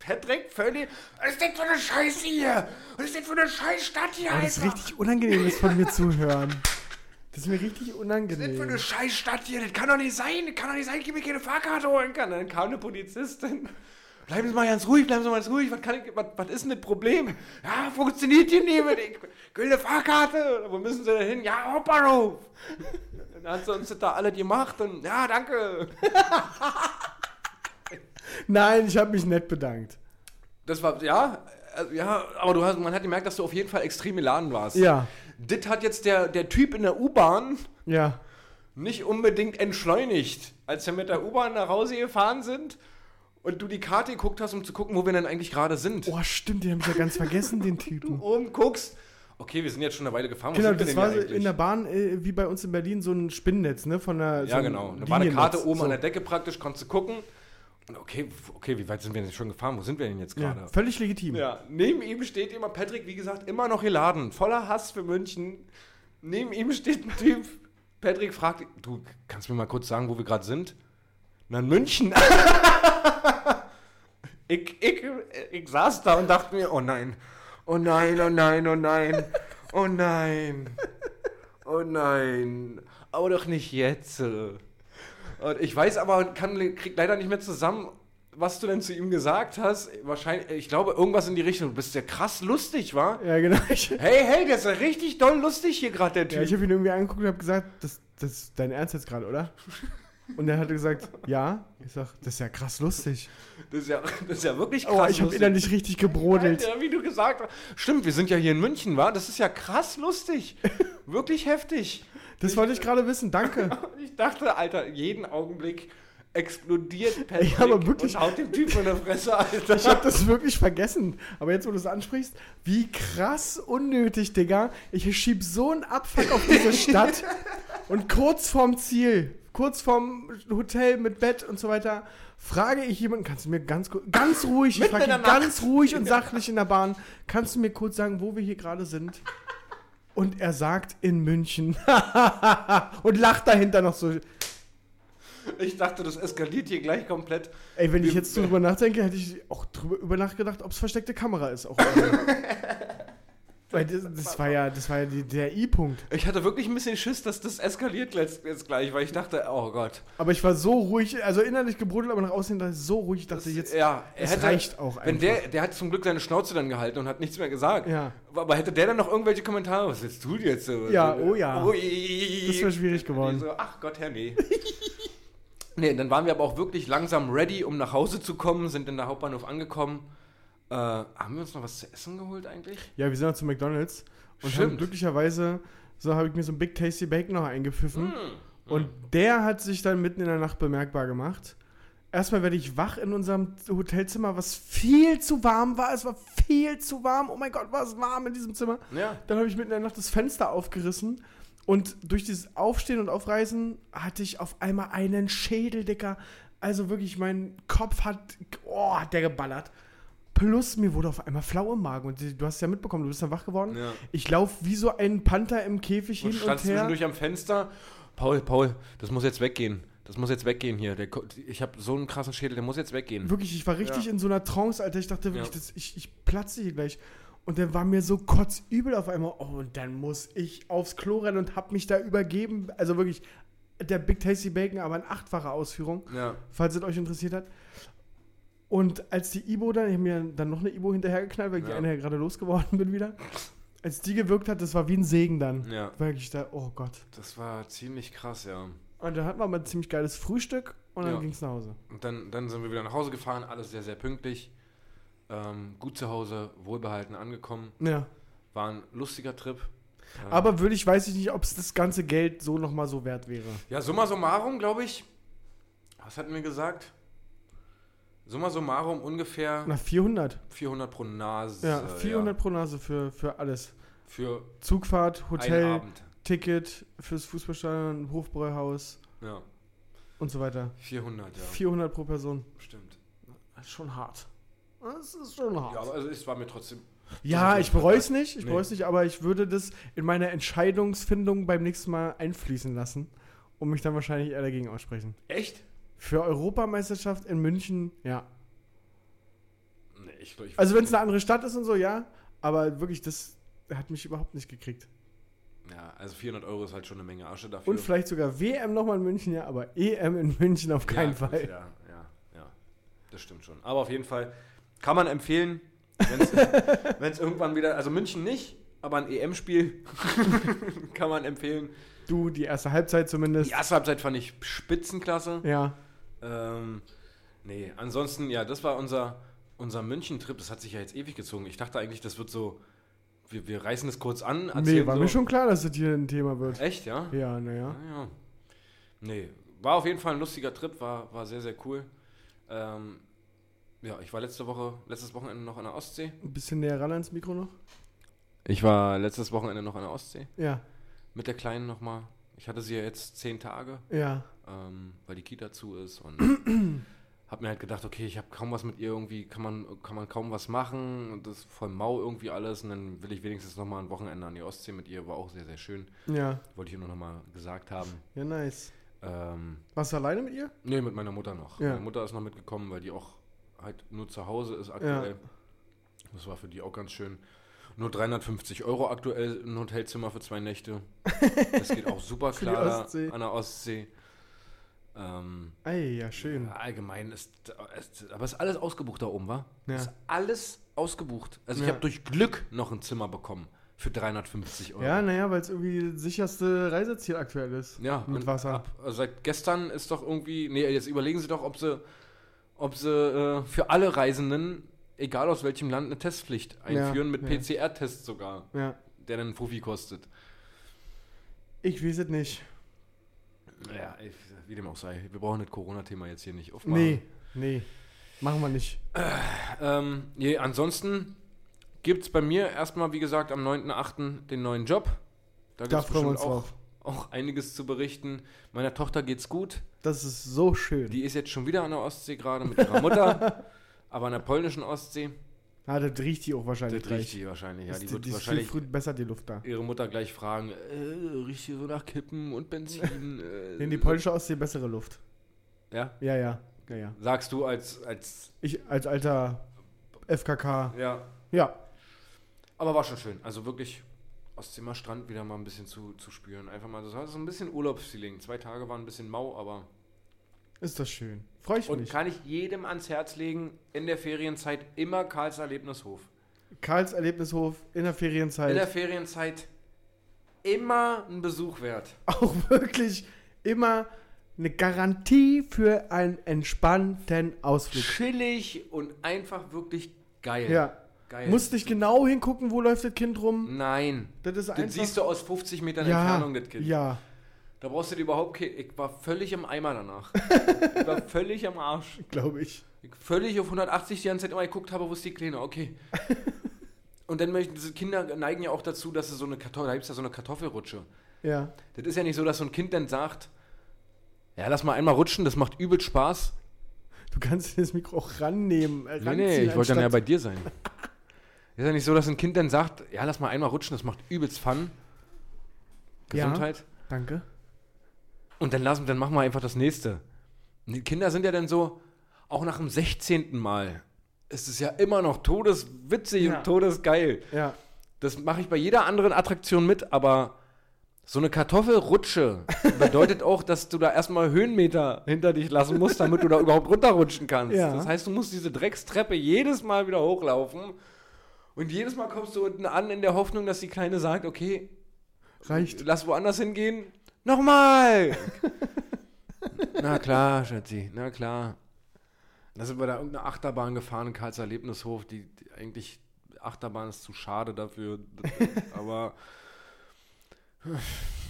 A: Patrick, völlig, was ist denn für eine Scheiße hier? Was ist denn für eine Scheißstadt hier,
B: Aber das ist
A: Alter?
B: richtig unangenehm, das von mir zu hören. Das ist mir
A: Was
B: richtig
A: ist denn für
B: unangenehm.
A: eine Scheißstadt hier? Das kann doch nicht sein. Das kann doch nicht sein, dass ich mir keine Fahrkarte holen kann. Dann kam eine Polizistin. Bleiben Sie mal ganz ruhig, bleiben Sie mal ganz ruhig. Was, kann ich, was, was ist denn das Problem? Ja, funktioniert hier nicht. mit- Ich will eine Fahrkarte. Wo müssen Sie denn hin? Ja, Hauptbahnhof. Dann hat sie uns das da alle gemacht. Und, ja, danke.
B: Nein, ich habe mich nett bedankt.
A: Das war, ja, also, ja aber du hast, man hat gemerkt, dass du auf jeden Fall extrem geladen warst.
B: Ja,
A: Das hat jetzt der, der Typ in der U-Bahn
B: ja.
A: nicht unbedingt entschleunigt, als wir mit der U-Bahn nach Hause gefahren sind und du die Karte geguckt hast, um zu gucken, wo wir denn eigentlich gerade sind.
B: Oh, stimmt, den habe ich ja ganz vergessen, den Typen.
A: Oben guckst, okay, wir sind jetzt schon eine Weile gefahren. wo
B: Genau,
A: sind wir
B: das
A: denn
B: war
A: hier
B: so
A: eigentlich?
B: in der Bahn äh, wie bei uns in Berlin so ein Spinnennetz, ne? Von der, so
A: Ja,
B: ein
A: genau. Da war eine
B: Liniennetz.
A: Karte oben
B: So.
A: an der Decke praktisch, konntest du gucken. Okay, okay, wie weit sind wir denn schon gefahren? Wo sind wir denn jetzt gerade?
B: Ja, völlig legitim.
A: Ja, neben ihm steht immer Patrick, wie gesagt, immer noch geladen, voller Hass für München. Neben ihm steht ein Typ. Patrick fragt, du kannst mir mal kurz sagen, wo wir gerade sind? Na, in München. ich, ich, ich saß da und dachte mir, oh nein, oh nein, oh nein, oh nein, oh nein, oh nein, aber doch nicht jetzt. Und ich weiß aber, kann, krieg leider nicht mehr zusammen, was du denn zu ihm gesagt hast. Wahrscheinlich, ich glaube, irgendwas in die Richtung. Du bist ja krass lustig, war?
B: Ja, genau. Ich, ja,
A: Hey, hey, der ist ja richtig doll lustig hier gerade, der Typ.
B: ich habe ihn irgendwie angeguckt und habe gesagt, das, das ist dein Ernst jetzt gerade, oder? Und er hat gesagt, ja. Ich sag, das ist ja krass lustig.
A: Das ist ja, das ist ja wirklich krass.
B: Oh, ich habe
A: lustig.
B: innerlich richtig gebrodelt.
A: Alter, wie du gesagt hast. Stimmt, wir sind ja hier in München, war? Das ist ja krass lustig. wirklich heftig.
B: Das wollte ich gerade wissen, danke.
A: Ich dachte, Alter, jeden Augenblick explodiert Patrick
B: Ja, aber wirklich.
A: und haut dem Typen in der Fresse, Alter.
B: Ich habe das wirklich vergessen. Aber jetzt, wo du es ansprichst, wie krass unnötig, Digga. Ich schieb so einen Abfuck auf diese Stadt. und kurz vorm Ziel, kurz vorm Hotel mit Bett und so weiter, frage ich jemanden, kannst du mir ganz ku- ganz ruhig, ich
A: Mitten
B: frage
A: in der
B: ihn
A: Nacht.
B: ganz ruhig und sachlich in der Bahn, kannst du mir kurz sagen, wo wir hier gerade sind? Und er sagt in München und lacht dahinter noch so.
A: Ich dachte, das eskaliert hier gleich komplett.
B: Ey, wenn ich
A: Wir-
B: jetzt drüber nachdenke, hätte ich auch drüber über nachgedacht, ob es versteckte Kamera ist. Auch Weil das, das war ja, das war ja die, der I-Punkt.
A: Ich hatte wirklich ein bisschen Schiss, dass das eskaliert jetzt, jetzt gleich, weil ich dachte, oh Gott.
B: Aber ich war so ruhig, also innerlich gebrodelt, aber nach außen hin so ruhig, ich dachte jetzt.
A: ja, er
B: es reicht auch
A: Wenn der, der hat zum Glück seine Schnauze dann gehalten und hat nichts mehr gesagt.
B: Ja.
A: Aber hätte der dann noch irgendwelche Kommentare? Was willst du jetzt? äh,
B: Ja, oh ja.
A: Ui.
B: Das wär schwierig geworden.
A: Die So, ach Gott, Herr, nee. nee, dann waren wir aber auch wirklich langsam ready, um nach Hause zu kommen, sind in der Hauptbahnhof angekommen. Äh, haben wir uns noch was zu essen geholt eigentlich?
B: Ja, wir sind dann zu McDonalds und haben
A: Stimmt.
B: glücklicherweise, so habe ich mir so ein Big Tasty Bake noch eingepfiffen.
A: Mm.
B: Und der hat sich dann mitten in der Nacht bemerkbar gemacht. Erstmal werde ich wach in unserem Hotelzimmer, was viel zu warm war. Es war viel zu warm. Oh mein Gott, war es warm in diesem Zimmer.
A: Ja.
B: Dann habe ich mitten in der Nacht das Fenster aufgerissen. Und durch dieses Aufstehen und Aufreißen hatte ich auf einmal einen Schädel, Dicker. Also wirklich, mein Kopf hat, oh, hat der geballert. Plus mir wurde auf einmal flau im Magen. Und du hast es ja mitbekommen, du bist dann wach geworden.
A: Ja.
B: Ich laufe wie so ein Panther im Käfig
A: Und
B: hin
A: stand
B: und her.
A: zwischendurch am Fenster. Paul, Paul, das muss jetzt weggehen. Das muss jetzt weggehen hier. Der, ko- ich habe so einen krassen Schädel, der muss jetzt weggehen.
B: Wirklich, ich war richtig
A: Ja.
B: in so einer Trance, Alter. Ich dachte wirklich,
A: Ja.
B: das, ich, ich platze hier gleich. Und dann war mir so kotzübel auf einmal. Oh, und dann muss ich aufs Klo rennen und hab mich da übergeben. Also wirklich, der Big Tasty Bacon, aber in achtfacher Ausführung,
A: Ja.
B: falls es euch interessiert hat. Und als die Ibo dann, ich habe mir dann noch eine Ibo hinterhergeknallt, weil ich die
A: Ja.
B: eine ja gerade losgeworden bin wieder. Als die gewirkt hat, das war wie ein Segen dann.
A: Ja.
B: Wirklich da, oh Gott.
A: Das war ziemlich krass, ja.
B: Und dann hatten wir mal ein ziemlich geiles Frühstück und dann
A: Ja.
B: ging's nach Hause.
A: Und dann, dann sind wir wieder nach Hause gefahren, alles sehr, sehr pünktlich. Ähm, gut zu Hause, wohlbehalten angekommen.
B: Ja.
A: War ein lustiger Trip. Ähm,
B: Aber würde ich, weiß ich nicht, ob es das ganze Geld so nochmal so wert wäre.
A: Ja, summa summarum, glaube ich. Was hatten wir gesagt? Summa summarum ungefähr
B: Na, 400.
A: 400 pro Nase.
B: Ja, 400 pro Nase für, für alles.
A: Für
B: Zugfahrt,
A: einen
B: Hotel,
A: Abend.
B: Ticket fürs Fußballstadion, Hofbräuhaus
A: Ja,
B: und so weiter.
A: 400, ja.
B: 400 pro Person.
A: Stimmt.
B: Das ist schon hart. Das ist schon hart.
A: Ja, aber also es war mir trotzdem.
B: Ja, ich bereue es nicht, ich
A: Nee.
B: bereue es nicht, aber ich würde das in meine Entscheidungsfindung beim nächsten Mal einfließen lassen und mich dann wahrscheinlich eher dagegen aussprechen.
A: Echt?
B: Für Europameisterschaft in München, ja.
A: Nee, ich glaube, ich.
B: Also wenn es eine andere Stadt ist und so, ja, aber wirklich, das hat mich überhaupt nicht gekriegt.
A: ja, also 400 Euro ist halt schon eine Menge Asche dafür.
B: Und vielleicht sogar WM nochmal in München, ja, aber EM in München auf keinen
A: ja, gut,
B: Fall.
A: Ja, ja, ja. Das stimmt schon. Aber auf jeden Fall kann man empfehlen, wenn es irgendwann wieder, also München nicht, aber ein EM-Spiel kann man empfehlen.
B: Du, die erste Halbzeit zumindest.
A: Die erste Halbzeit fand ich spitzenklasse.
B: Ja.
A: Ähm, nee, ansonsten, ja, das war unser, unser München-Trip. Das hat sich ja jetzt ewig gezogen. Ich dachte eigentlich, das wird so, wir, wir reißen es kurz an.
B: Nee,
A: erzählen
B: war
A: so.
B: mir schon klar, dass das hier ein Thema wird.
A: Echt, Ah, ja?
B: Ja, naja.
A: Naja. Nee, war auf jeden Fall ein lustiger Trip, war, war sehr, sehr cool. Ähm, ja, ich war letzte Woche, letztes Wochenende noch an der Ostsee.
B: Ein bisschen näher ran ans Mikro noch.
A: Ich war letztes Wochenende noch an der Ostsee.
B: Ja,
A: Mit der Kleinen nochmal. Ich hatte sie ja jetzt zehn Tage,
B: ja.
A: ähm, weil die Kita zu ist und Hab mir halt gedacht, okay, ich habe kaum was mit ihr irgendwie, kann man, kann man kaum was machen. Und das ist voll mau irgendwie alles. Und dann will ich wenigstens nochmal ein Wochenende an die Ostsee mit ihr. War auch sehr, sehr schön.
B: Ja,
A: Wollte ich ihr nur nochmal gesagt haben.
B: ja, nice.
A: Ähm,
B: Warst du alleine mit ihr?
A: nee, mit meiner Mutter noch.
B: Ja.
A: Meine Mutter ist noch mitgekommen, weil die auch halt nur zu Hause ist aktuell. Das war für die auch ganz schön. Nur 350 Euro aktuell ein Hotelzimmer für zwei Nächte. Das geht auch super
B: Für die
A: klar da
B: Ostsee.
A: an der Ostsee. Ähm,
B: Ey, ja, schön.
A: ja, Allgemein ist, ist, aber ist alles ausgebucht da oben, war?
B: Ja.
A: Ist alles ausgebucht. Also ich
B: Ja.
A: habe durch Glück noch ein Zimmer bekommen für 350 Euro.
B: Ja, naja, weil es irgendwie das sicherste Reiseziel aktuell ist.
A: Ja,
B: Mit
A: und
B: Wasser.
A: Ab, also seit gestern ist doch irgendwie, nee, jetzt überlegen Sie doch, ob Sie, ob Sie äh, für alle Reisenden, egal aus welchem Land, eine Testpflicht einführen mit
B: ja.
A: PCR-Test sogar,
B: Ja.
A: der dann einen Profi kostet.
B: Ich weiß es nicht.
A: Ja, ich, wie dem auch sei, wir brauchen das Corona-Thema jetzt hier nicht aufmachen.
B: Nee, nee. Machen wir nicht.
A: Ähm, nee, ansonsten gibt es bei mir erstmal, wie gesagt, am 9.8. den neuen Job. Da
B: Da
A: gibt es
B: freuen wir
A: bestimmt
B: uns
A: auch,
B: drauf.
A: auch einiges zu berichten. Meiner Tochter geht's gut.
B: Das ist so schön.
A: Die ist jetzt schon wieder an der Ostsee gerade mit ihrer Mutter, aber an der polnischen Ostsee.
B: ah, das riecht die auch wahrscheinlich
A: Das riecht
B: gleich.
A: die wahrscheinlich, ja.
B: Das-
A: Die
B: die-
A: wird
B: die ist viel
A: wahrscheinlich Äh,
B: früh besser, die Luft da.
A: ihre Mutter gleich fragen, äh, riecht hier so nach Kippen und Benzin. Äh,
B: In die polnische Ostsee bessere Luft.
A: Ja,
B: Ja, ja. Ja, ja.
A: sagst du als, als,
B: Ich als alter FKK.
A: ja.
B: Ja.
A: Aber war schon schön. Also wirklich aus Zimmerstrand wieder mal ein bisschen zu, zu spüren. Einfach mal so, das war so ein bisschen Urlaubsfeeling. Zwei Tage waren ein bisschen mau, aber.
B: Ist das schön. Freue ich
A: Und
B: mich.
A: kann ich jedem ans Herz legen, in der Ferienzeit immer Karls Erlebnishof.
B: Karls Erlebnishof in der Ferienzeit.
A: In der Ferienzeit immer ein Besuch wert.
B: auch wirklich immer eine Garantie für einen entspannten Ausflug.
A: Chillig und einfach wirklich geil.
B: Ja.
A: Geil.
B: Musst nicht genau hingucken, wo läuft das Kind rum.
A: Nein.
B: Das ist einfach.
A: Hm. Das siehst du aus 50 Metern
B: ja,
A: Entfernung, das Kind.
B: Ja.
A: Da brauchst du dir überhaupt kein. Ich war völlig im Eimer danach. ich war völlig am Arsch.
B: Glaube ich.
A: Ich völlig auf 180 die ganze Zeit immer geguckt habe, wo ist die Kleine? Okay. Und dann möchten diese Kinder neigen ja auch dazu, dass sie so eine Kartoffel, da gibt es ja so eine Kartoffelrutsche.
B: Ja.
A: Das ist ja nicht so, dass so ein Kind dann sagt, ja, lass mal einmal rutschen, das macht übel Spaß.
B: Du kannst das Mikro auch rannehmen.
A: Nee,
B: äh,
A: nee,
B: ranziehen,
A: ich wollte dann ja
B: anstatt-
A: bei dir sein. ist ja nicht so, dass ein Kind dann sagt, ja, lass mal einmal rutschen, das macht übelst Fun.
B: Ja.
A: Gesundheit.
B: Danke.
A: Und dann lassen, dann machen wir einfach das nächste. Und die Kinder sind ja dann so, auch nach dem 16. Mal ist es ja immer noch todeswitzig
B: Ja.
A: und todesgeil.
B: Ja.
A: Das mache ich bei jeder anderen Attraktion mit, aber so eine Kartoffelrutsche bedeutet auch, dass du da erstmal Höhenmeter hinter dich lassen musst, damit du da überhaupt runterrutschen kannst.
B: Ja.
A: Das heißt, du musst diese Dreckstreppe jedes Mal wieder hochlaufen. Und jedes Mal kommst du unten an in der Hoffnung, dass die Kleine sagt, okay,
B: Reicht.
A: Lass woanders hingehen. Nochmal! na klar, Schatzi, na klar. Da sind wir da irgendeine Achterbahn gefahren in Karls Erlebnishof, die, die eigentlich Achterbahn ist zu schade dafür, aber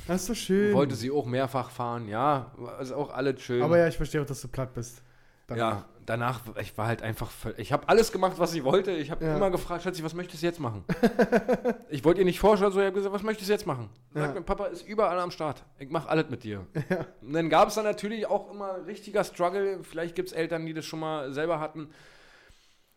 B: Das ist so schön.
A: wollte sie auch mehrfach fahren, ja, ist auch alles schön.
B: Aber ja, ich verstehe auch, dass du platt bist. Dann-
A: ja, danach, ich war halt einfach, völ- ich habe alles gemacht, was ich wollte. Ich habe
B: Ja.
A: immer gefragt, Schatzi, was möchtest du jetzt machen? ich wollte ihr nicht vorschlagen, so ich habe gesagt, was möchtest du jetzt machen? Sag
B: Ja.
A: mir, Papa ist überall am Start. Ich mache alles mit dir.
B: Ja.
A: Und dann gab es dann natürlich auch immer richtiger Struggle. Vielleicht gibt es Eltern, die das schon mal selber hatten.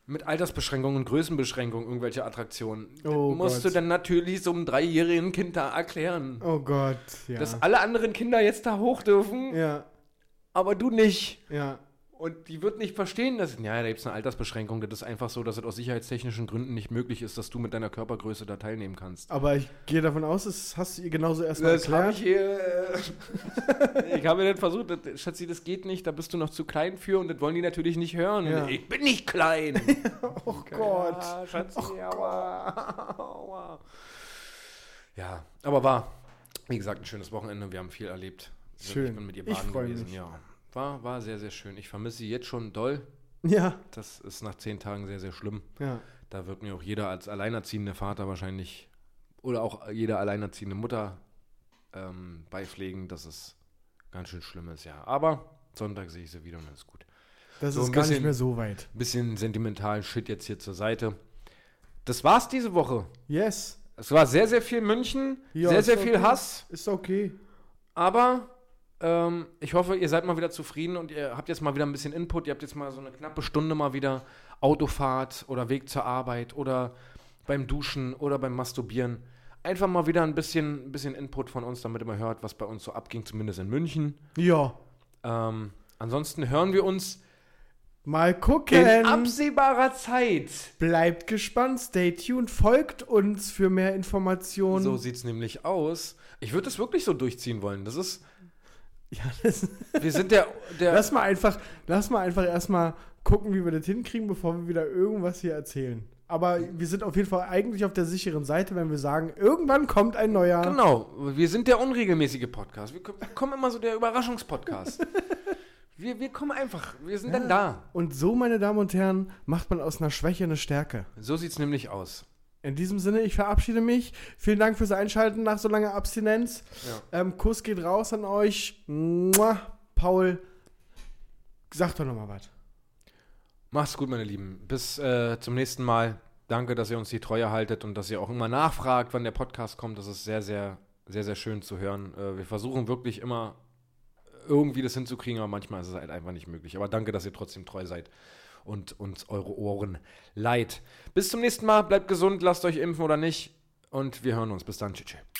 A: Mit Altersbeschränkungen, Größenbeschränkungen, irgendwelche Attraktionen.
B: Oh
A: Musst
B: Gott.
A: du dann natürlich so einem dreijährigen Kind da erklären,
B: Oh Gott. Ja.
A: dass alle anderen Kinder jetzt da hoch dürfen,
B: ja.
A: aber du nicht.
B: Ja.
A: Und die wird nicht verstehen, dass. Ja, da gibt es eine Altersbeschränkung. Das ist einfach so, dass es aus sicherheitstechnischen Gründen nicht möglich ist, dass du mit deiner Körpergröße da teilnehmen kannst.
B: Aber ich gehe davon aus, das hast du ihr genauso erstmal
A: hab
B: erklärt.
A: ich hier. äh, ich habe dann versucht, das, Schatzi, das geht nicht, da bist du noch zu klein für und das wollen die natürlich nicht hören.
B: Ja.
A: Ich bin nicht klein.
B: Oh Gott. Oh
A: Ja, Schatzi, aua. aua. Ja, aber war, wie gesagt, ein schönes Wochenende. Wir haben viel erlebt. Also,
B: Schön.
A: Ich bin mit ihr
B: Ich
A: baden
B: freu
A: gewesen.
B: mich.
A: Ja. War, war sehr, sehr schön. Ich vermisse sie jetzt schon doll.
B: Ja.
A: Das ist nach zehn Tagen sehr, sehr schlimm.
B: Ja.
A: Da wird mir auch jeder als alleinerziehende Vater wahrscheinlich oder auch jede alleinerziehende Mutter ähm, beipflegen, dass es ganz schön schlimm ist, ja. Aber Sonntag sehe ich sie wieder und dann ist gut.
B: Das
A: So
B: ist
A: ein
B: gar nicht
A: bisschen-
B: mehr so weit.
A: Bisschen sentimentalen Shit jetzt hier zur Seite. Das war's diese Woche.
B: Yes.
A: Es war sehr, sehr viel München,
B: Ja,
A: sehr,
B: ist
A: sehr
B: doch
A: viel
B: gut.
A: Hass,
B: Ist okay.
A: aber Ähm, ich hoffe, ihr seid mal wieder zufrieden und ihr habt jetzt mal wieder ein bisschen Input. Ihr habt jetzt mal so eine knappe Stunde mal wieder Autofahrt oder Weg zur Arbeit oder beim Duschen oder beim Masturbieren. Einfach mal wieder ein bisschen, ein bisschen Input von uns, damit ihr mal hört, was bei uns so abging, zumindest in München.
B: Ja.
A: Ähm, ansonsten hören wir uns
B: Mal
A: in
B: gucken.
A: absehbarer Zeit.
B: Bleibt gespannt, stay tuned, folgt uns für mehr Informationen.
A: So sieht's nämlich aus. Ich würde es wirklich so durchziehen wollen. Das ist,
B: ja, das,
A: wir sind der, der
B: lass mal einfach, lass mal einfach erstmal gucken, wie wir das hinkriegen, bevor wir wieder irgendwas hier erzählen. Aber wir sind auf jeden Fall eigentlich auf der sicheren Seite, wenn wir sagen, irgendwann kommt ein neuer.
A: Genau, wir sind der unregelmäßige Podcast. Wir ko- wir kommen immer so der Überraschungspodcast. wir, wir kommen einfach, wir sind dann da.
B: Und so, meine Damen und Herren, macht man aus einer Schwäche eine Stärke.
A: So sieht's nämlich aus.
B: In diesem Sinne, ich verabschiede mich. Vielen Dank fürs Einschalten nach so langer Abstinenz. Ähm, Kuss geht raus an euch. Mua. Paul, sag doch nochmal was.
A: Macht's gut, meine Lieben. Bis äh, zum nächsten Mal. Danke, dass ihr uns die Treue haltet und dass ihr auch immer nachfragt, wann der Podcast kommt. Das ist sehr, sehr, sehr, sehr schön zu hören. Äh, wir versuchen wirklich immer irgendwie das hinzukriegen, aber manchmal ist es halt einfach nicht möglich. Aber danke, dass ihr trotzdem treu seid und uns eure Ohren leiht. Bis zum nächsten Mal. Bleibt gesund, lasst euch impfen oder nicht. Und wir hören uns. Bis dann. Tschüss. tschüss.